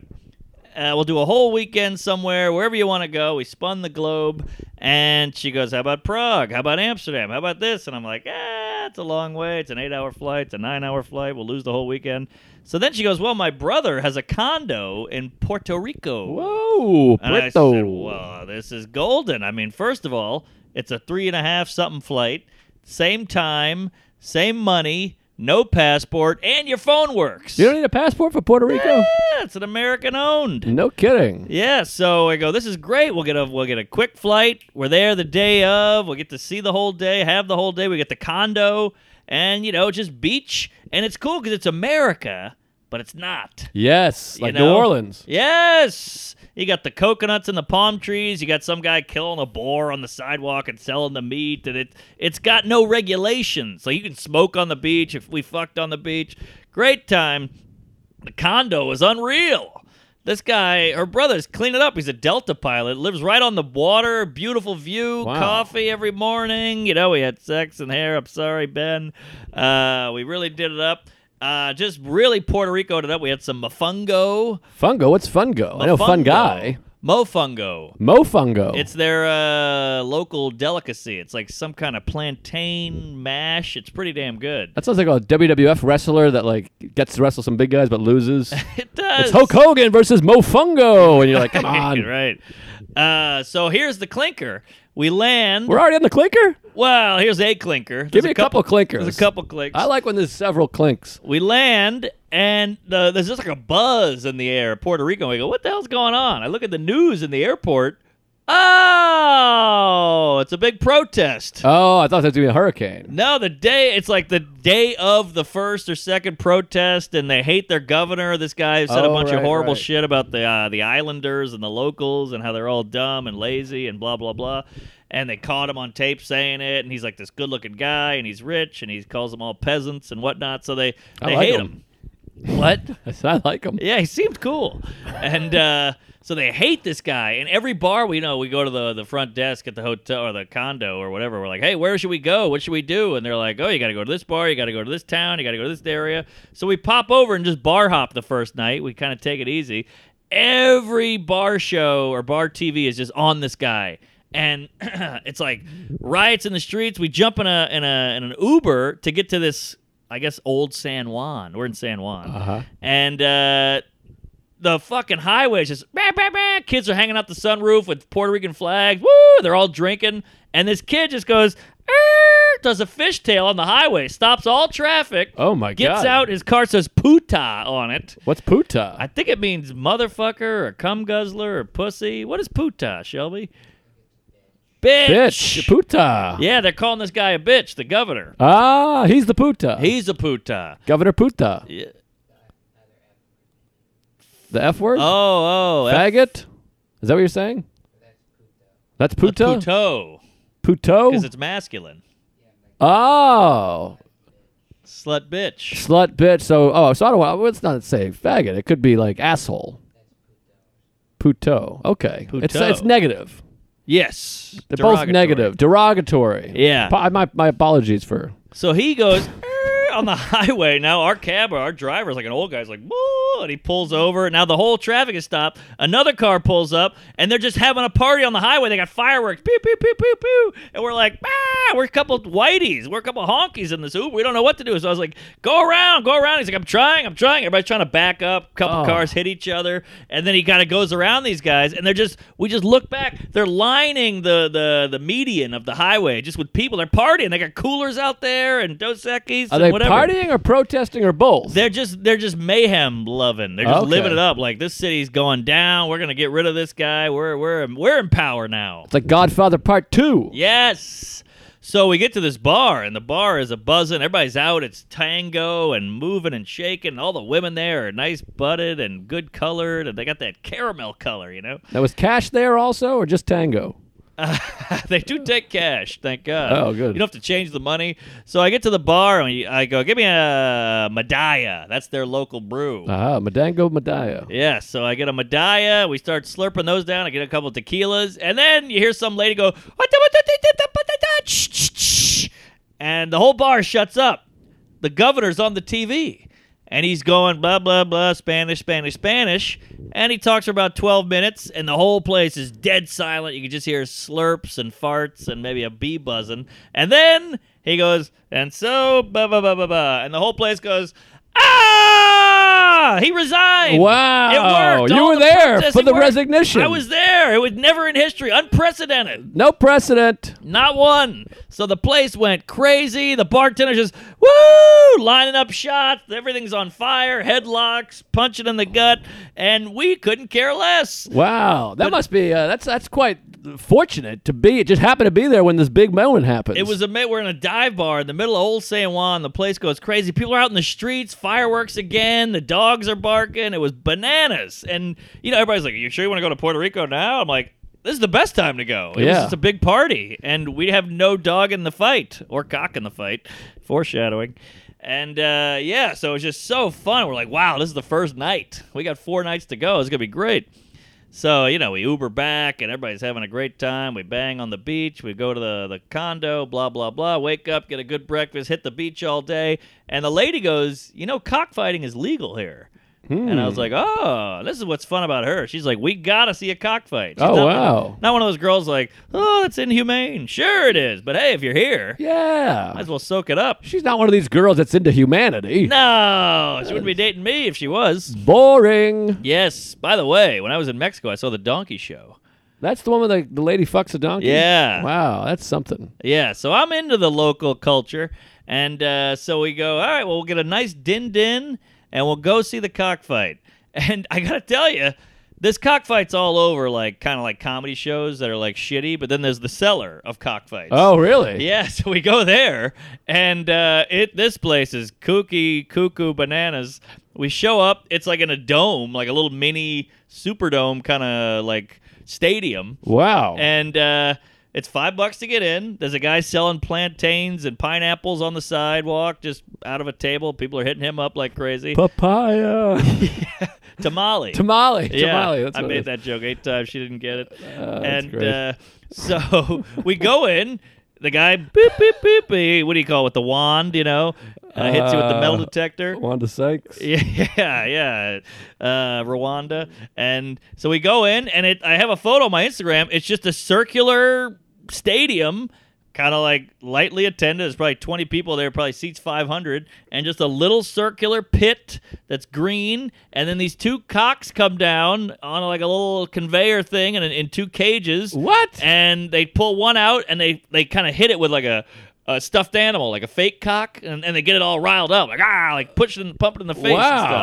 B: Uh, we'll do a whole weekend somewhere, wherever you want to go. We spun the globe, and she goes, "How about Prague? How about Amsterdam? How about this?" And I'm like, "Ah, it's a long way. It's an eight-hour flight. It's a nine-hour flight. We'll lose the whole weekend." So then she goes, "Well, my brother has a condo in Puerto Rico."
D: Whoa,
B: And I
D: Brito.
B: said, "Well, this is golden. I mean, first of all, it's a three and a half something flight, same time, same money, no passport, and your phone works.
D: You don't need a passport for Puerto Rico?
B: yeah, it's an American owned.
D: No kidding.
B: Yeah, so I go. This is great. We'll get a we'll get a quick flight. We're there the day of. We'll get to see the whole day, have the whole day. We get the condo, and you know, just beach, and it's cool because it's America, but it's not.
D: Yes,
B: you
D: like New
B: know?
D: Orleans.
B: Yes, you got the coconuts and the palm trees. You got some guy killing a boar on the sidewalk and selling the meat, and it it's got no regulations. So you can smoke on the beach if we fucked on the beach. Great time. The condo is unreal. This guy, her brother's cleaning up. He's a Delta pilot, lives right on the water, beautiful view,
D: Wow.
B: coffee every morning. You know, we had sex and hair. I'm sorry, Ben. Uh, we really did it up. Uh, just really Puerto Rico it up. We had some mofongo.
D: Fungo, what's Fungo? I know Fun
B: Mofongo.
D: Guy.
B: Mofungo.
D: Mofungo.
B: It's their uh, local delicacy. It's like some kind of plantain mash. It's pretty damn good.
D: that sounds like a WWF wrestler that like gets to wrestle some big guys but loses.
B: It does.
D: it's Hulk Hogan versus Mofungo, and you're like, come on,
B: right. Uh, so here's the clinker. We land.
D: we're already on the clinker.
B: well, here's a clinker.
D: Give
B: There's
D: me a couple, clinkers.
B: There's a couple clinks.
D: I like when there's several clinks.
B: we land and the, there's just like a buzz in the air puerto rico we go what the hell's going on i look at the news in the airport oh it's a big protest
D: Oh, I thought that was gonna be a hurricane.
B: no the day it's like the day of the first or second protest and they hate their governor this guy who said
D: Oh,
B: a bunch
D: right,
B: of horrible
D: right.
B: shit about the uh, the islanders and the locals and how they're all dumb and lazy and blah blah blah and they caught him on tape saying it and he's like this good looking guy and he's rich and he calls them all peasants and whatnot so they
D: I
B: they
D: like
B: hate
D: him.
B: him. what
D: I said, I like them.
B: yeah, he seemed cool. And uh, so they hate this guy. And every bar we know, we go to the, the front desk at the hotel or the condo or whatever. We're like, hey, where should we go? What should we do? And they're like, oh, you got to go to this bar. You got to go to this town. You got to go to this area. So we pop over and just bar hop the first night. We kind of take it easy. Every bar show or bar TV is just on this guy. And it's like riots in the streets. We jump in a in a in an Uber to get to this, I guess, old San Juan. We're in San Juan,
D: Uh-huh.
B: and uh, the fucking highway is just bah, bah, bah. kids are hanging out the sunroof with Puerto Rican flags. Woo! They're all drinking, and this kid just goes "Er," does a fishtail on the highway, stops all traffic.
D: Oh my
B: Gets
D: God.
B: out his car says "puta" on it.
D: What's puta?
B: I think it means motherfucker or cum guzzler or pussy. What is "puta," Shelby? Bitch.
D: Bitch, puta.
B: Yeah, they're calling this guy a bitch. The governor.
D: Ah, he's the puta.
B: He's a puta.
D: Governor Puta.
B: Yeah.
D: The F word?
B: Oh, oh, F-
D: Faggot? Is that what you're saying? That's Puto?
B: puto. Because
D: Puto?
B: it's masculine.
D: Oh.
B: Slut bitch.
D: Slut bitch. So, oh, so I don't want, let's not say faggot. It could be like asshole. Puto. Okay. It's,
B: Puto.
D: it's negative.
B: Yes.
D: They're both
B: Derogatory.
D: negative. Derogatory.
B: Yeah.
D: Pa- my, my apologies for.
B: So he goes "Er," on the highway. Now our cab or our driver's like an old guy's like, Whoa, and he pulls over. Now the whole traffic is stopped. Another car pulls up, and they're just having a party on the highway. They got fireworks, pew pew pew pew pew, and we're like, ah, we're a couple whiteys, we're a couple honkies in this Uber. We don't know what to do. So I was like, go around, go around. He's like, I'm trying, I'm trying. Everybody's trying to back up. Couple
D: Oh.
B: cars hit each other, and then he kind of goes around these guys, and they're just we just look back. They're lining the the the median of the highway just with people. They're partying. They got coolers out there and Dos Equis
D: Are
B: and
D: they
B: whatever.
D: partying or protesting or both?
B: They're just they're just mayhem loving. They're just
D: Okay.
B: living it up. Like this city's going down. We're gonna get rid of this guy. We're we're we're in power now.
D: it's like Godfather Part 2.
B: Yes. So we get to this bar, and the bar is a buzzing. Everybody's out. It's tango and moving and shaking. All the women there are nice butted and good colored, and they got that caramel color, you know.
D: Now, was Cash there also or just Tango?
B: they do take cash, thank God.
D: Oh, good.
B: You don't have to change the money. So I get to the bar and I go, give me a Medalla. That's their local brew.
D: Ah, Madango Madaya.
B: Yeah, so I get a medalla. We start slurping those down. I get a couple of tequilas, and then you hear some lady go, and the whole bar shuts up. The governor's on the TV, and he's going blah blah blah Spanish, Spanish, Spanish, and he talks for about twelve minutes, and the whole place is dead silent. You can just hear slurps and farts and maybe a bee buzzing, and then he goes, and so blah blah blah blah blah, and the whole place goes. Ah! He resigned.
D: Wow.
B: It worked.
D: You
B: All
D: were
B: the
D: there
B: protests,
D: for
B: it
D: the
B: worked.
D: resignation.
B: I was there. It was never in history. Unprecedented.
D: No precedent.
B: Not one. So the place went crazy. The bartender just, woo! woo, lining up shots. Everything's on fire, headlocks, punching in the gut, and we couldn't care less.
D: Wow, that must be uh, that's that's quite fortunate to be. It just happened to be there when this big moment happened.
B: It was a ma- we're in a dive bar in the middle of Old San Juan. The place goes crazy. People are out in the streets, fireworks again. The dogs are barking. It was bananas. And you know everybody's like, "You sure you want to go to Puerto Rico now?" I'm like, "This is the best time to go." It was
D: Yeah.
B: just a big party, and we have no dog in the fight or cock in the fight. Foreshadowing. And uh, yeah, so it was just so fun. We're like, "Wow, this is the first night. We got four nights to go. It's gonna be great." So, you know, we Uber back and everybody's having a great time. We bang on the beach. We go to the, the condo, blah, blah, blah. Wake up, get a good breakfast, hit the beach all day. And the lady goes, You know, cockfighting is legal here. And
D: Hmm.
B: I was like, Oh, this is what's fun about her. She's like, We got to see a cockfight. She's
D: Oh,
B: not,
D: wow.
B: Not one of those girls like, Oh, that's inhumane. Sure it is. But hey, if you're here, might
D: yeah.
B: as well soak it up.
D: She's not one of these girls that's into humanity.
B: No, she wouldn't be dating me if she was.
D: Boring.
B: Yes. By the way, when I was in Mexico, I saw the donkey show.
D: That's the one where the, the lady fucks a donkey.
B: Yeah.
D: Wow, that's something.
B: Yeah, so I'm into the local culture, and uh, so we go. All right, well, we'll get a nice din din, and we'll go see the cockfight. And I gotta tell you, this cockfight's all over, like kind of like comedy shows that are like shitty. But then there's the seller of cockfights.
D: Oh, really?
B: Yeah, so we go there, and uh, it this place is kooky, cuckoo bananas. We show up. It's like in a dome, like a little mini superdome kind of like stadium
D: Wow.
B: and uh, it's five bucks to get in. There's a guy selling plantains and pineapples on the sidewalk, just out of a table. People are hitting him up like crazy.
D: Papaya.
B: Tamale.
D: Tamale.
B: Yeah,
D: Tamale. That's
B: I
D: what
B: made
D: it is.
B: that joke eight times. She didn't get it.
D: that's
B: and
D: great.
B: uh, so we go in. The guy, beep, beep, beep, beep. What do you call it? With the wand, you know, uh, hits you with the metal
D: Uh,
B: detector.
D: Wanda Sykes.
B: Yeah, yeah. Uh, Rwanda. And so we go in, and it, I have a photo on my Instagram. It's just a circular stadium, kind of like lightly attended. There's probably 20 people there, probably seats 500, and just a little circular pit that's green. And then these two cocks come down on like a little conveyor thing and in, in two cages
D: What?
B: and they pull one out and they they kind of hit it with like a, a stuffed animal, like a fake cock, and, and they get it all riled up, like ah, like pushing and pumping in the face
D: Wow.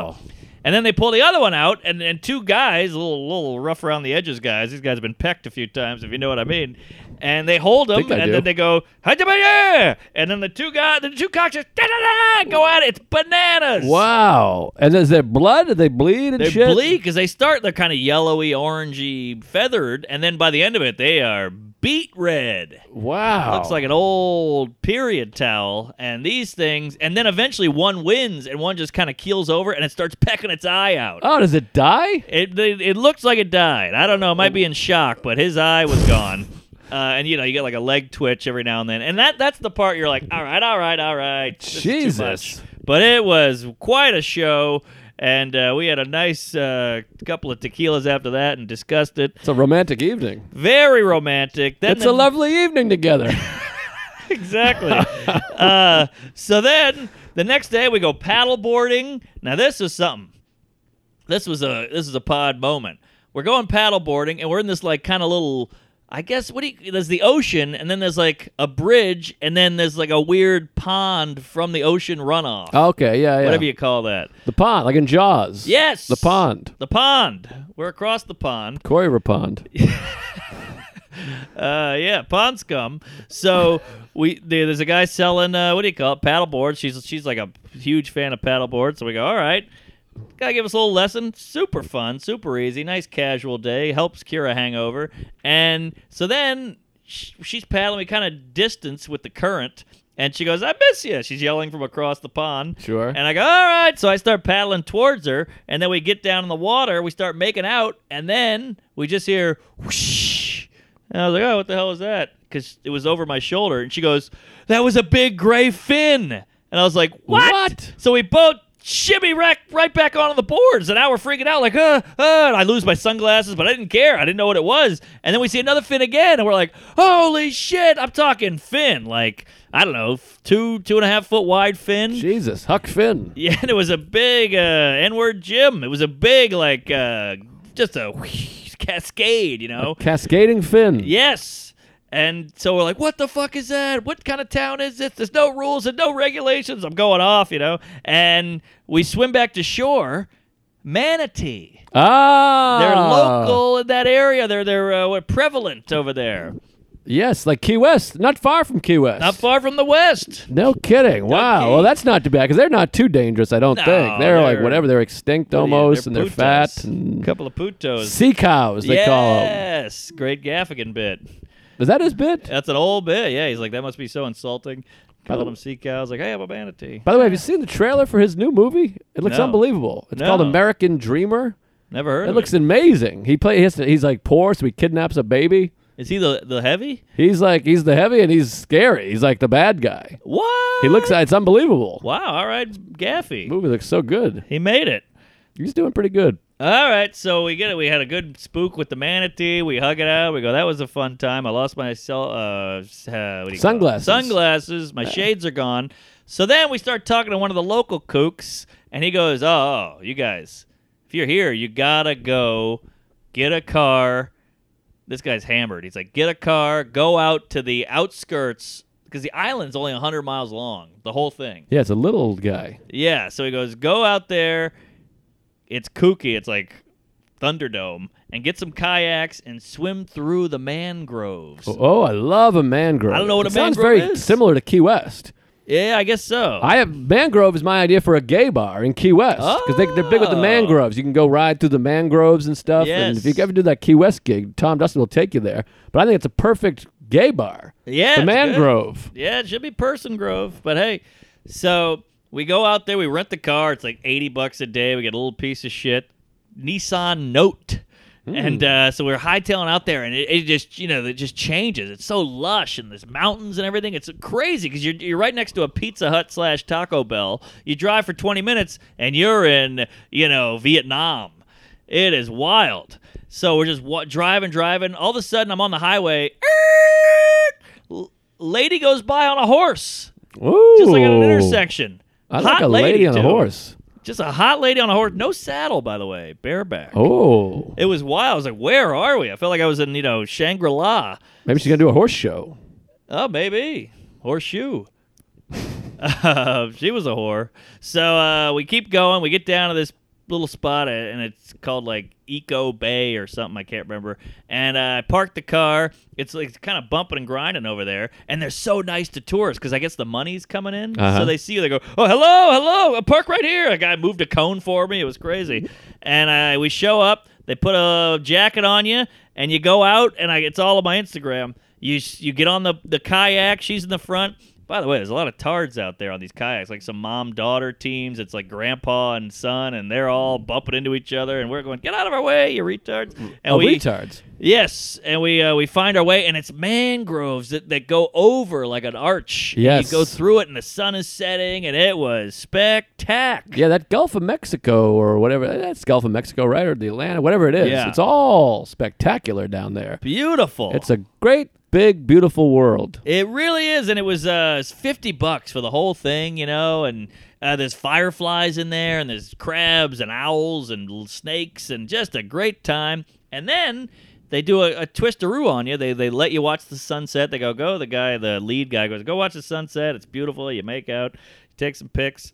B: and stuff. And then they pull the other one out, and and two guys, little little rough around the edges guys. These guys have been pecked a few times, if you know what I mean. And they hold them,
D: Think I
B: and
D: do.
B: then they go, "Hajabaya!" And then the two guys, the two cocks, just da-da-da-da, go at it. It's bananas.
D: Wow. And is there blood? Did they bleed and
B: They're
D: shit?
B: bleak because they start they're kind of yellowy, orangey, feathered, and then by the end of it, they are beet red.
D: Wow.
B: Looks like an old period towel, and these things, and then eventually one wins, and one just kind of keels over, and it starts pecking its eye out.
D: Oh, does it die?
B: It, it it looks like it died. I don't know. It might be in shock, but his eye was gone. Uh, and you know, you get like a leg twitch every now and then, and that that's the part you're like, all right, all right, all right. this is too
D: Jesus.
B: much." But it was quite a show, and uh, we had a nice uh, couple of tequilas after that, and discussed it.
D: It's a romantic evening.
B: Very romantic. Then
D: it's
B: the-
D: a lovely evening together.
B: exactly. uh, so then the next day we go paddle boarding. Now this was something. This was a this is a pod moment. We're going paddle boarding and we're in this like kind of little I guess what do you there's the ocean and then there's like a bridge and then there's like a weird pond from the ocean runoff.
D: okay, Oh, yeah, yeah.
B: Whatever you call that.
D: the pond, like in Jaws.
B: Yes.
D: The pond.
B: The pond. We're across the pond.
D: Coira Pond.
B: Uh, yeah, pond scum. So we there, there's a guy selling uh, what do you call it? Paddle boards. She's she's like a huge fan of paddle boards. So we go, all right. Guy gave us a little lesson. Super fun, super easy, nice casual day. Helps cure a hangover. And so then sh- she's paddling. We kind of distance with the current, and she goes, "I miss you." She's yelling from across the pond.
D: Sure.
B: And I go, all right. So I start paddling towards her, and then we get down in the water, we start making out, and then we just hear whoosh. And I was like, oh, what the hell was that? Because it was over my shoulder. And she goes, that was a big gray fin. And I was like, what?
D: What?
B: So we both shimmy rack right back onto the boards, and now we're freaking out like, uh, uh. And I lose my sunglasses, but I didn't care. I didn't know what it was. And then we see another fin again, and we're like, holy shit! I'm talking fin, like I don't know, f- two two and a half foot wide fin.
D: Jesus. Huck Finn.
B: Yeah, and it was a big uh, N-word gym. It was a big like uh, just a cascade, you know.
D: Cascading Finn.
B: Yes. And so we're like, what the fuck is that? What kind of town is this? There's no rules and no regulations. I'm going off, you know. And we swim back to shore. Manatee.
D: Ah,
B: They're local in that area. They're they're uh, what, prevalent over there.
D: Yes, like Key West, not far from Key West.
B: Not far from the west.
D: No kidding. Wow.
B: Okay.
D: Well, that's not too bad because they're not too dangerous, I don't
B: No,
D: think. They're, like
B: they're-
D: whatever. They're extinct almost, and they're fat.
B: putos.
D: And
B: couple of putos.
D: sea cows, they
B: yes,
D: call them.
B: great Gaffigan bit.
D: Is that his bit?
B: That's an old bit. Yeah, he's like that must be so insulting.
D: the-
B: Calling him sea cows. Like, hey, I'm a manatee.
D: By the way, have you seen the trailer for his new movie? It looks
B: No.
D: unbelievable. It's called
B: No.
D: American Dreamer.
B: Never heard.
D: It
B: of
D: looks amazing. He play. He has to, he's like poor, so he kidnaps a baby.
B: Is he the the heavy?
D: He's like he's the heavy and he's scary. He's like the bad guy.
B: What?
D: He looks. It's unbelievable.
B: Wow. All right,
D: The
B: Gaffy.
D: movie looks so good.
B: He made it.
D: He's doing pretty good.
B: All right, so we get it. We had a good spook with the manatee. We hug it out. We go. That was a fun time. I lost my cell. Uh, s- uh, what do you call it?
D: Sunglasses.
B: Sunglasses. My shades are gone. So then we start talking to one of the local kooks, and he goes, "Oh, you guys, if you're here, you gotta go get a car." This guy's hammered. He's like, "Get a car, go out to the outskirts." Because the island's only 100 miles long, the whole thing.
D: Yeah, it's a little guy.
B: Yeah, so he goes, go out there. It's kooky. It's like Thunderdome, and get some kayaks and swim through the mangroves.
D: Oh, I love a mangrove.
B: I don't know what
D: It
B: a
D: sounds
B: mangrove
D: very
B: is.
D: similar to Key West.
B: Yeah, I guess so.
D: I have mangrove is my idea for a gay bar in Key West because they, they're big with the
B: Oh.
D: mangroves. You can go ride through the mangroves and stuff. And if you
B: Yes.
D: ever do that Key West gig, Tom Dustin will take you there. But I think it's a perfect gay bar.
B: yeah,
D: the
B: it's good.
D: mangrove.
B: Yeah, it should be Person Grove, but hey, so we go out there. We rent the car. It's like eighty bucks a day. We get a little piece of shit Nissan Note. And uh, so we're hightailing out there, and it, it just you know it just changes. It's so lush, and there's mountains and everything. It's crazy because you're you're right next to a Pizza Hut slash Taco Bell. You drive for 20 minutes, and you're in you know Vietnam. It is wild. So we're just wa- driving, driving. All of a sudden, I'm on the highway. L- lady goes by on a horse,
D: Ooh.
B: just like at an intersection.
D: I
B: hot
D: like a lady, on a
B: too.
D: horse.
B: Just a hot lady on a horse. No saddle, by the way. Bareback.
D: Oh,
B: It was wild. I was like, where are we? I felt like I was in, you know, Shangri La.
D: maybe she's gonna do a horse show.
B: Oh, maybe. Horseshoe. uh, she was a whore. So uh, we keep going. We get down to this little spot, uh, and it's called like Eco Bay or something. I can't remember. And uh, I parked the car. It's like kind of bumping and grinding over there. And they're so nice to tourists because I guess the money's coming in.
D: Uh-huh.
B: So they see you. They go, oh, hello, hello. uh, Park right here. A guy moved a cone for me. It was crazy. And I, we show up. They put a jacket on you, and you go out, and I, it's all on my Instagram. You s- you get on the the kayak. She's in the front. By the way, there's a lot of tards out there on these kayaks, like some mom daughter teams. It's like grandpa and son, and they're all bumping into each other, and we're going, "Get out of our way, you retards!" And
D: oh,
B: we
D: retards.
B: yes, and we uh, we find our way, and it's mangroves that, that go over like an arch. And
D: Yes.
B: you go through it, and the sun is setting, and it was spectac.
D: Yeah, that Gulf of Mexico or whatever. That's Gulf of Mexico, right? Or the Atlanta, whatever it is.
B: Yeah.
D: It's all spectacular down there.
B: beautiful.
D: It's a great, big, beautiful world.
B: It really is, and it was uh, it's fifty bucks for the whole thing, you know. And uh, there's fireflies in there, and there's crabs and owls and l- snakes, and just a great time. And then they do a, a twistaroo on you. They they let you watch the sunset. They go go. The guy, the lead guy, goes go watch the sunset. It's beautiful. You make out, take some pics,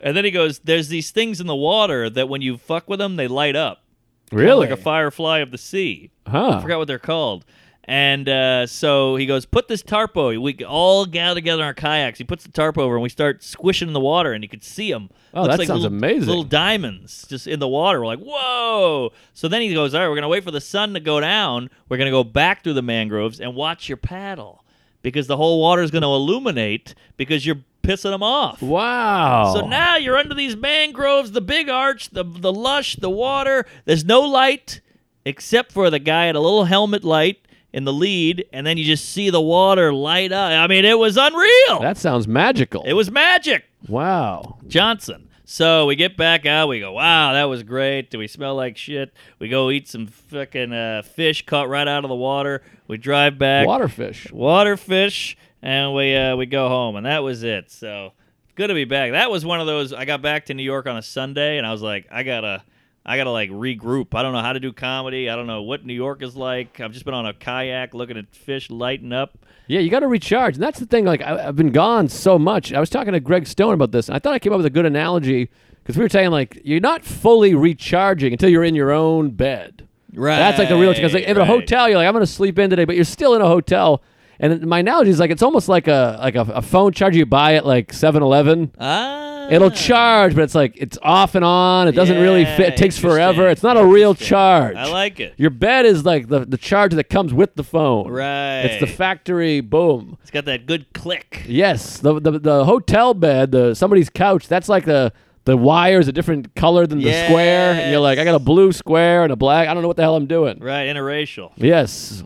B: and then he goes. There's these things in the water that when you fuck with them, they light up. Kinda
D: Really?
B: like a firefly of the sea. I
D: huh.
B: forgot what they're called. And uh, so he goes, put this tarp over. We all gather together in our kayaks. He puts the tarp over, and we start squishing in the water, and you could see them.
D: Oh, that sounds
B: little,
D: amazing.
B: Little diamonds just in the water. We're like, whoa! So then he goes, all right, we're gonna wait for the sun to go down. We're gonna go back through the mangroves and watch your paddle, because the whole water is gonna illuminate because you're pissing them off.
D: Wow.
B: So now you're under these mangroves, the big arch, the the lush, the water. There's no light except for the guy at a little helmet light in the lead, and then you just see the water light up. I mean, it was unreal.
D: that sounds magical.
B: it was magic,
D: wow.
B: Johnson. So we get back out. We go, wow, that was great. Do we smell like shit? We go eat some fucking uh, fish caught right out of the water. We drive back
D: Waterfish.
B: water fish, and we uh, we go home, and that was it. So good to be back. That was one of those. I got back to New York on a Sunday, and I was like, I gotta, I gotta like regroup. I don't know how to do comedy. I don't know what New York is like. I've just been on a kayak looking at fish lighting up.
D: Yeah, you got to recharge. And that's the thing. Like, I, I've been gone so much. I was talking to Greg Stone about this. And I thought I came up with a good analogy because we were saying, like, you're not fully recharging until you're in your own bed.
B: Right.
D: That's like the real Because, like, in a
B: right.
D: hotel, you're like, I'm going to sleep in today, but you're still in a hotel. And my analogy is like, it's almost like a like a, a phone charger you buy at like 7 Eleven.
B: Ah.
D: It'll charge, but it's like, it's off and on. It doesn't really
B: Yeah,
D: fit. It takes forever.
B: interesting,
D: It's not a real
B: interesting.
D: charge.
B: I like it.
D: Your bed is like the, the charger that comes with the phone.
B: Right.
D: It's the factory boom.
B: it's got that good click.
D: Yes, the the, the hotel bed, the somebody's couch. That's like the the wire is a different color than the square, and you're like, I got a
B: Yes.
D: blue square and a black. I don't know what the hell I'm doing.
B: Right. Interracial.
D: Yes,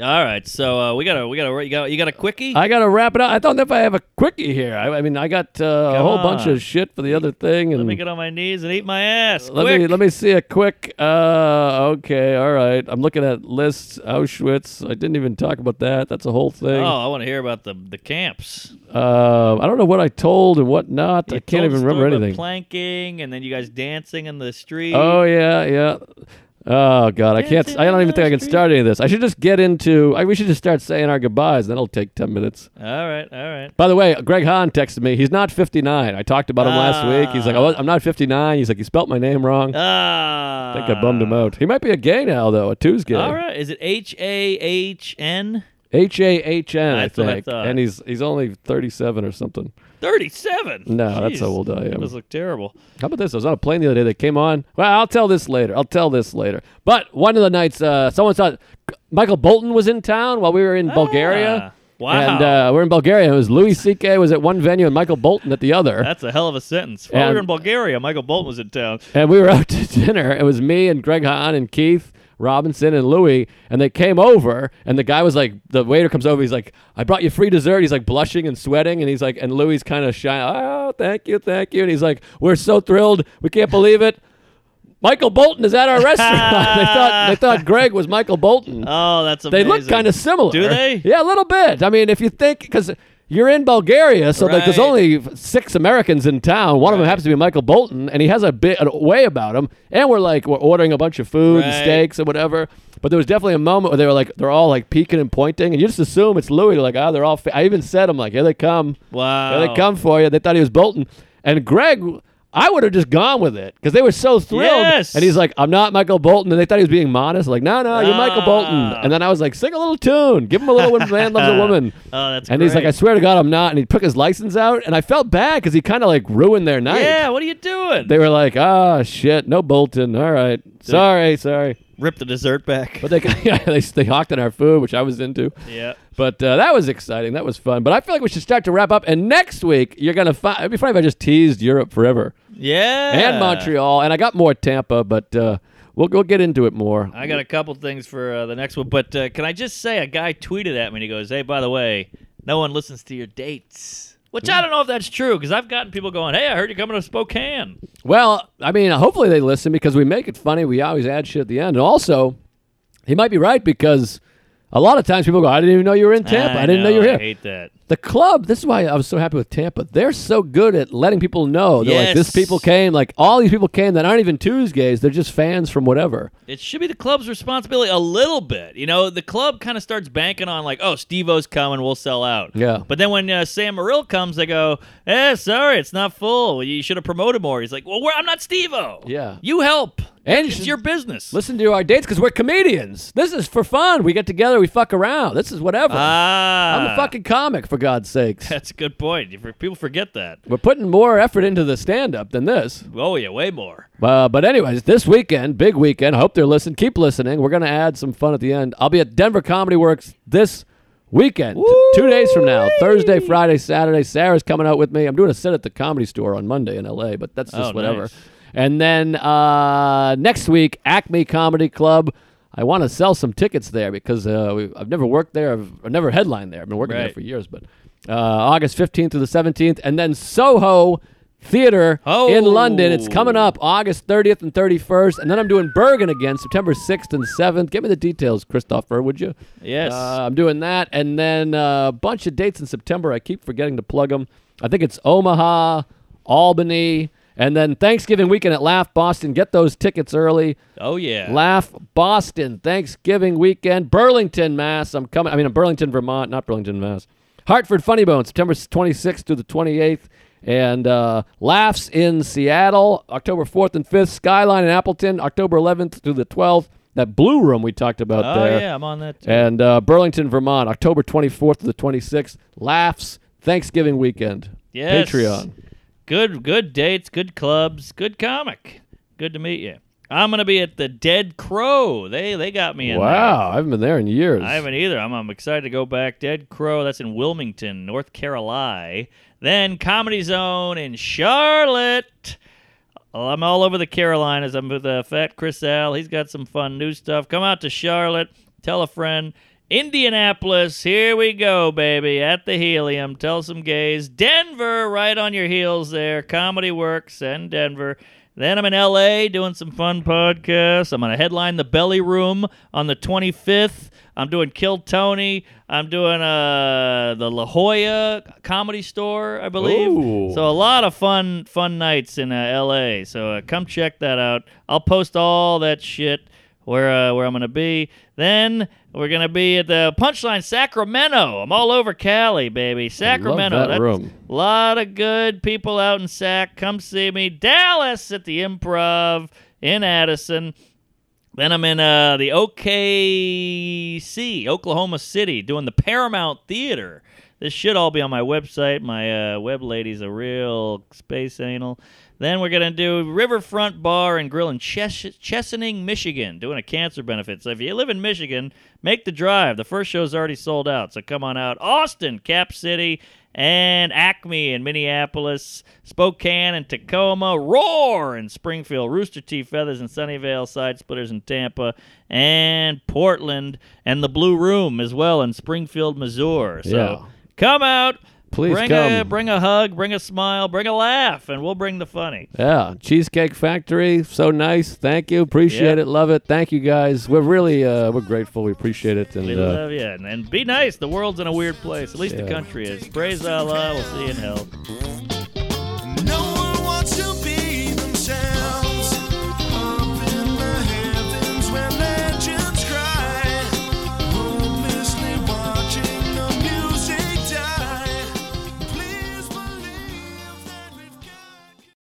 B: All right. So uh, we gotta we gotta you got you got a quickie.
D: I gotta wrap it up. I don't know if I have a quickie here. I, I mean, I got uh, a
B: Come
D: whole bunch
B: on.
D: of shit for the other thing, and
B: Let me get on my knees and eat my ass.
D: let
B: quick.
D: me let me see a quick. Uh, okay, all right. I'm looking at lists. Auschwitz. I didn't even talk about that. That's a whole thing.
B: Oh, I want to hear about the the camps.
D: Uh, I don't know what I told and what not. I
B: You
D: can't
B: told the
D: even remember
B: story about
D: anything.
B: Planking and then you guys dancing in the street.
D: Oh yeah, yeah. Oh god, I can't. I don't even think I can start any of this. I should just get into. I, we should just start saying our goodbyes. That'll take ten minutes.
B: All right. All right.
D: By the way, Greg Hahn texted me. He's not 59. I talked about him last week. He's like, I was, I'm not 59. He's like, you spelt my name wrong.
B: Ah.
D: I think I bummed him out. He might be a gay now though. A two's gay.
B: All right. Is it H A H N?
D: H A H N. I
B: That's what I
D: think.
B: thought.
D: and he's he's only 37 or something.
B: 37.
D: No,
B: Jeez.
D: that's how old I
B: That
D: am.
B: must look terrible.
D: How about this? I was on a plane the other day that came on. Well, I'll tell this later. I'll tell this later. But one of the nights, uh, someone saw Michael Bolton was in town while we were in Bulgaria.
B: Ah. wow.
D: And uh, we're in Bulgaria. It was Louis C.K. was at one venue and Michael Bolton at the other.
B: That's a hell of a sentence. While we were
D: And-
B: in Bulgaria, Michael Bolton was in town.
D: and we were out to dinner. It was me and Greg Hahn and Keith Robinson and Louis, and they came over, and the guy was like, the waiter comes over, he's like, I brought you free dessert. He's like blushing and sweating, and he's like, and Louis kind of shy, oh, thank you, thank you. And he's like, we're so thrilled, we can't believe it. Michael Bolton is at our restaurant. they thought they thought Greg was Michael Bolton.
B: Oh, that's
D: They
B: amazing.
D: look kind of similar.
B: Do they?
D: Yeah, a little bit. I mean, if you think because you're in Bulgaria, so like there's
B: Right.
D: only six Americans in town. One of them happens to be Michael Bolton, and he has a bit a way about him. And we're like we're ordering a bunch of food and
B: Right.
D: steaks and whatever. But there was definitely a moment where they were like they're all like peeking and pointing, and you just assume it's Louis. You're like, ah, they're all. Fa-. I even said, I'm like, here they come.
B: Wow.
D: Here they come for you. They thought he was Bolton, and Greg. I would have just gone with it because they were so thrilled.
B: Yes.
D: And he's like, "I'm not Michael Bolton," and they thought he was being modest. Like, "No, no, you're Michael Bolton."
B: Ah.
D: And then I was like, "Sing a little tune. Give him a little when man loves a woman."
B: Oh, that's
D: and he's like,
B: great.
D: "I swear to God, I'm not." And he took his license out, and I felt bad because he kind of like ruined their night.
B: Yeah, what are you doing?
D: They were like, "Ah, shit, no Bolton. All right, sorry, sorry."
B: Rip the dessert back.
D: But they they they hawked on our food, which I was into.
B: yeah.
D: But uh, that was exciting. That was fun. But I feel like we should start to wrap up. And next week, you're gonna find. It'd be funny if I just teased Europe forever
B: Yeah.
D: and Montreal, and I got more Tampa, but uh, we'll we'll get into it more.
B: I got a couple things for uh, the next one, but uh, can I just say a guy tweeted at me and he goes, "Hey, by the way, no one listens to your dates." Which
D: Hmm.
B: I don't know if that's true because I've gotten people going, "Hey, I heard you're coming to Spokane."
D: Well, I mean, hopefully they listen because we make it funny. We always add shit at the end, and also he might be right because a lot of times people go, "I didn't even know you were in Tampa. I, didn't know, you were
B: I
D: here."
B: hate that.
D: The club. This is why I was so happy with Tampa. They're so good at letting people know. They're like, "This
B: Yes.
D: people came. Like all these people came that aren't even Tuesdays. They're just fans from whatever."
B: It should be the club's responsibility a little bit. You know, the club kind of starts banking on like, "Oh, Steve-O's coming, we'll sell out."
D: Yeah.
B: But then when uh, Sam Morril comes, they go, "Eh, sorry, it's not full. You should have promoted more." He's like, "Well, we're, I'm not Steve-O.
D: Yeah.
B: You help.
D: And you
B: it's
D: should-
B: your business."
D: Listen to our dates because we're comedians. This is for fun. We get together, we fuck around. This is whatever.
B: Ah.
D: I'm a fucking comic, for God's sakes.
B: That's a good point. You- People forget that.
D: We're putting more effort into the stand up than this.
B: Oh yeah, way more.
D: Uh, but, anyways, this weekend, big weekend. I hope they're listening. Keep listening. We're going to add some fun at the end. I'll be at Denver Comedy Works this weekend, t- two days from now Thursday, Friday, Saturday. Sarah's coming out with me. I'm doing a set at the comedy store on Monday in LA, but that's just
B: Oh,
D: whatever.
B: nice.
D: And then uh, next week, Acme Comedy Club. I want to sell some tickets there because uh, we, I've never worked there. I've, I've never headlined there. I've been working there
B: Right.
D: for years, but uh, August 15th through the 17th. And then Soho Theater in London. It's coming
B: Oh.
D: up August 30th and 31st. And then I'm doing Bergen again September 6th and 7th. Give me the details, Christopher, would you?
B: Yes.
D: Uh, I'm doing that. And then uh, a bunch of dates in September. I keep forgetting to plug them. I think it's Omaha, Albany, And then Thanksgiving weekend at Laugh Boston. Get those tickets early.
B: Oh yeah.
D: Laugh Boston Thanksgiving weekend, Burlington, Mass. I'm coming. I mean, Burlington, Vermont, not Burlington, Mass. Hartford Funny Bone, September 26th through the 28th, and uh, Laughs in Seattle, October 4th and 5th. Skyline in Appleton, October 11th through the 12th. That blue room we talked about
B: oh
D: there,
B: yeah, I'm on that. Too.
D: and uh, Burlington, Vermont, October 24th to the 26th. Laughs Thanksgiving weekend.
B: Yes.
D: Patreon.
B: Good good dates, good clubs, good comic. Good to meet you. I'm gonna be at the Dead Crow. They they got me in. there.
D: Wow, I haven't been there in years.
B: I haven't either. I'm, I'm excited to go back. Dead Crow, that's in Wilmington, North Carolina. Then Comedy Zone in Charlotte. Well, Oh, I'm all over the Carolinas. I'm with uh, Fat Chris Al. He's got some fun new stuff. Come out to Charlotte. Tell a friend. Indianapolis, here we go, baby, at the Helium. Tell some gays. Denver, right on your heels there. Comedy Works and Denver. Then I'm in LA doing some fun podcasts. I'm going to headline the Belly Room on the 25th. I'm doing Kill Tony. I'm doing uh, the La Jolla Comedy Store, I believe.
D: Ooh.
B: So a lot of fun, fun nights in uh, L.A. So uh, come check that out. I'll post all that shit where uh, where I'm gonna be. Then we're gonna be at the Punchline Sacramento. I'm all over Cali, baby. Sacramento.
D: that
B: that's
D: room.
B: a lot of good people out in Sac. Come see me. Dallas at the Improv in Addison. Then I'm in uh, the OKC, Oklahoma City, doing the Paramount Theater. This should all be on my website. My uh, web lady's a real space anal. Then we're going to do Riverfront Bar and Grill in Ches- Chesaning, Michigan, doing a cancer benefit. So if you live in Michigan, make the drive. The first show's already sold out, so come on out. Austin, Cap City, and Acme in Minneapolis, Spokane and Tacoma, Roar in Springfield, Rooster Teeth Feathers in Sunnyvale, Side Splitters in Tampa, and Portland, and the Blue Room as well in Springfield, Missouri. So
D: Yeah.
B: come out.
D: Please
B: bring a
D: come.
B: bring a hug, bring a smile, bring a laugh, and we'll bring the funny.
D: Yeah, Cheesecake Factory, so nice. Thank you, appreciate
B: Yeah.
D: it, love it. Thank you guys. We're really uh, we're grateful. We appreciate it, and
B: We
D: uh,
B: love you, and, and be nice. The world's in a weird place. At least the
D: Yeah.
B: country is. Praise Allah. We'll see you in hell.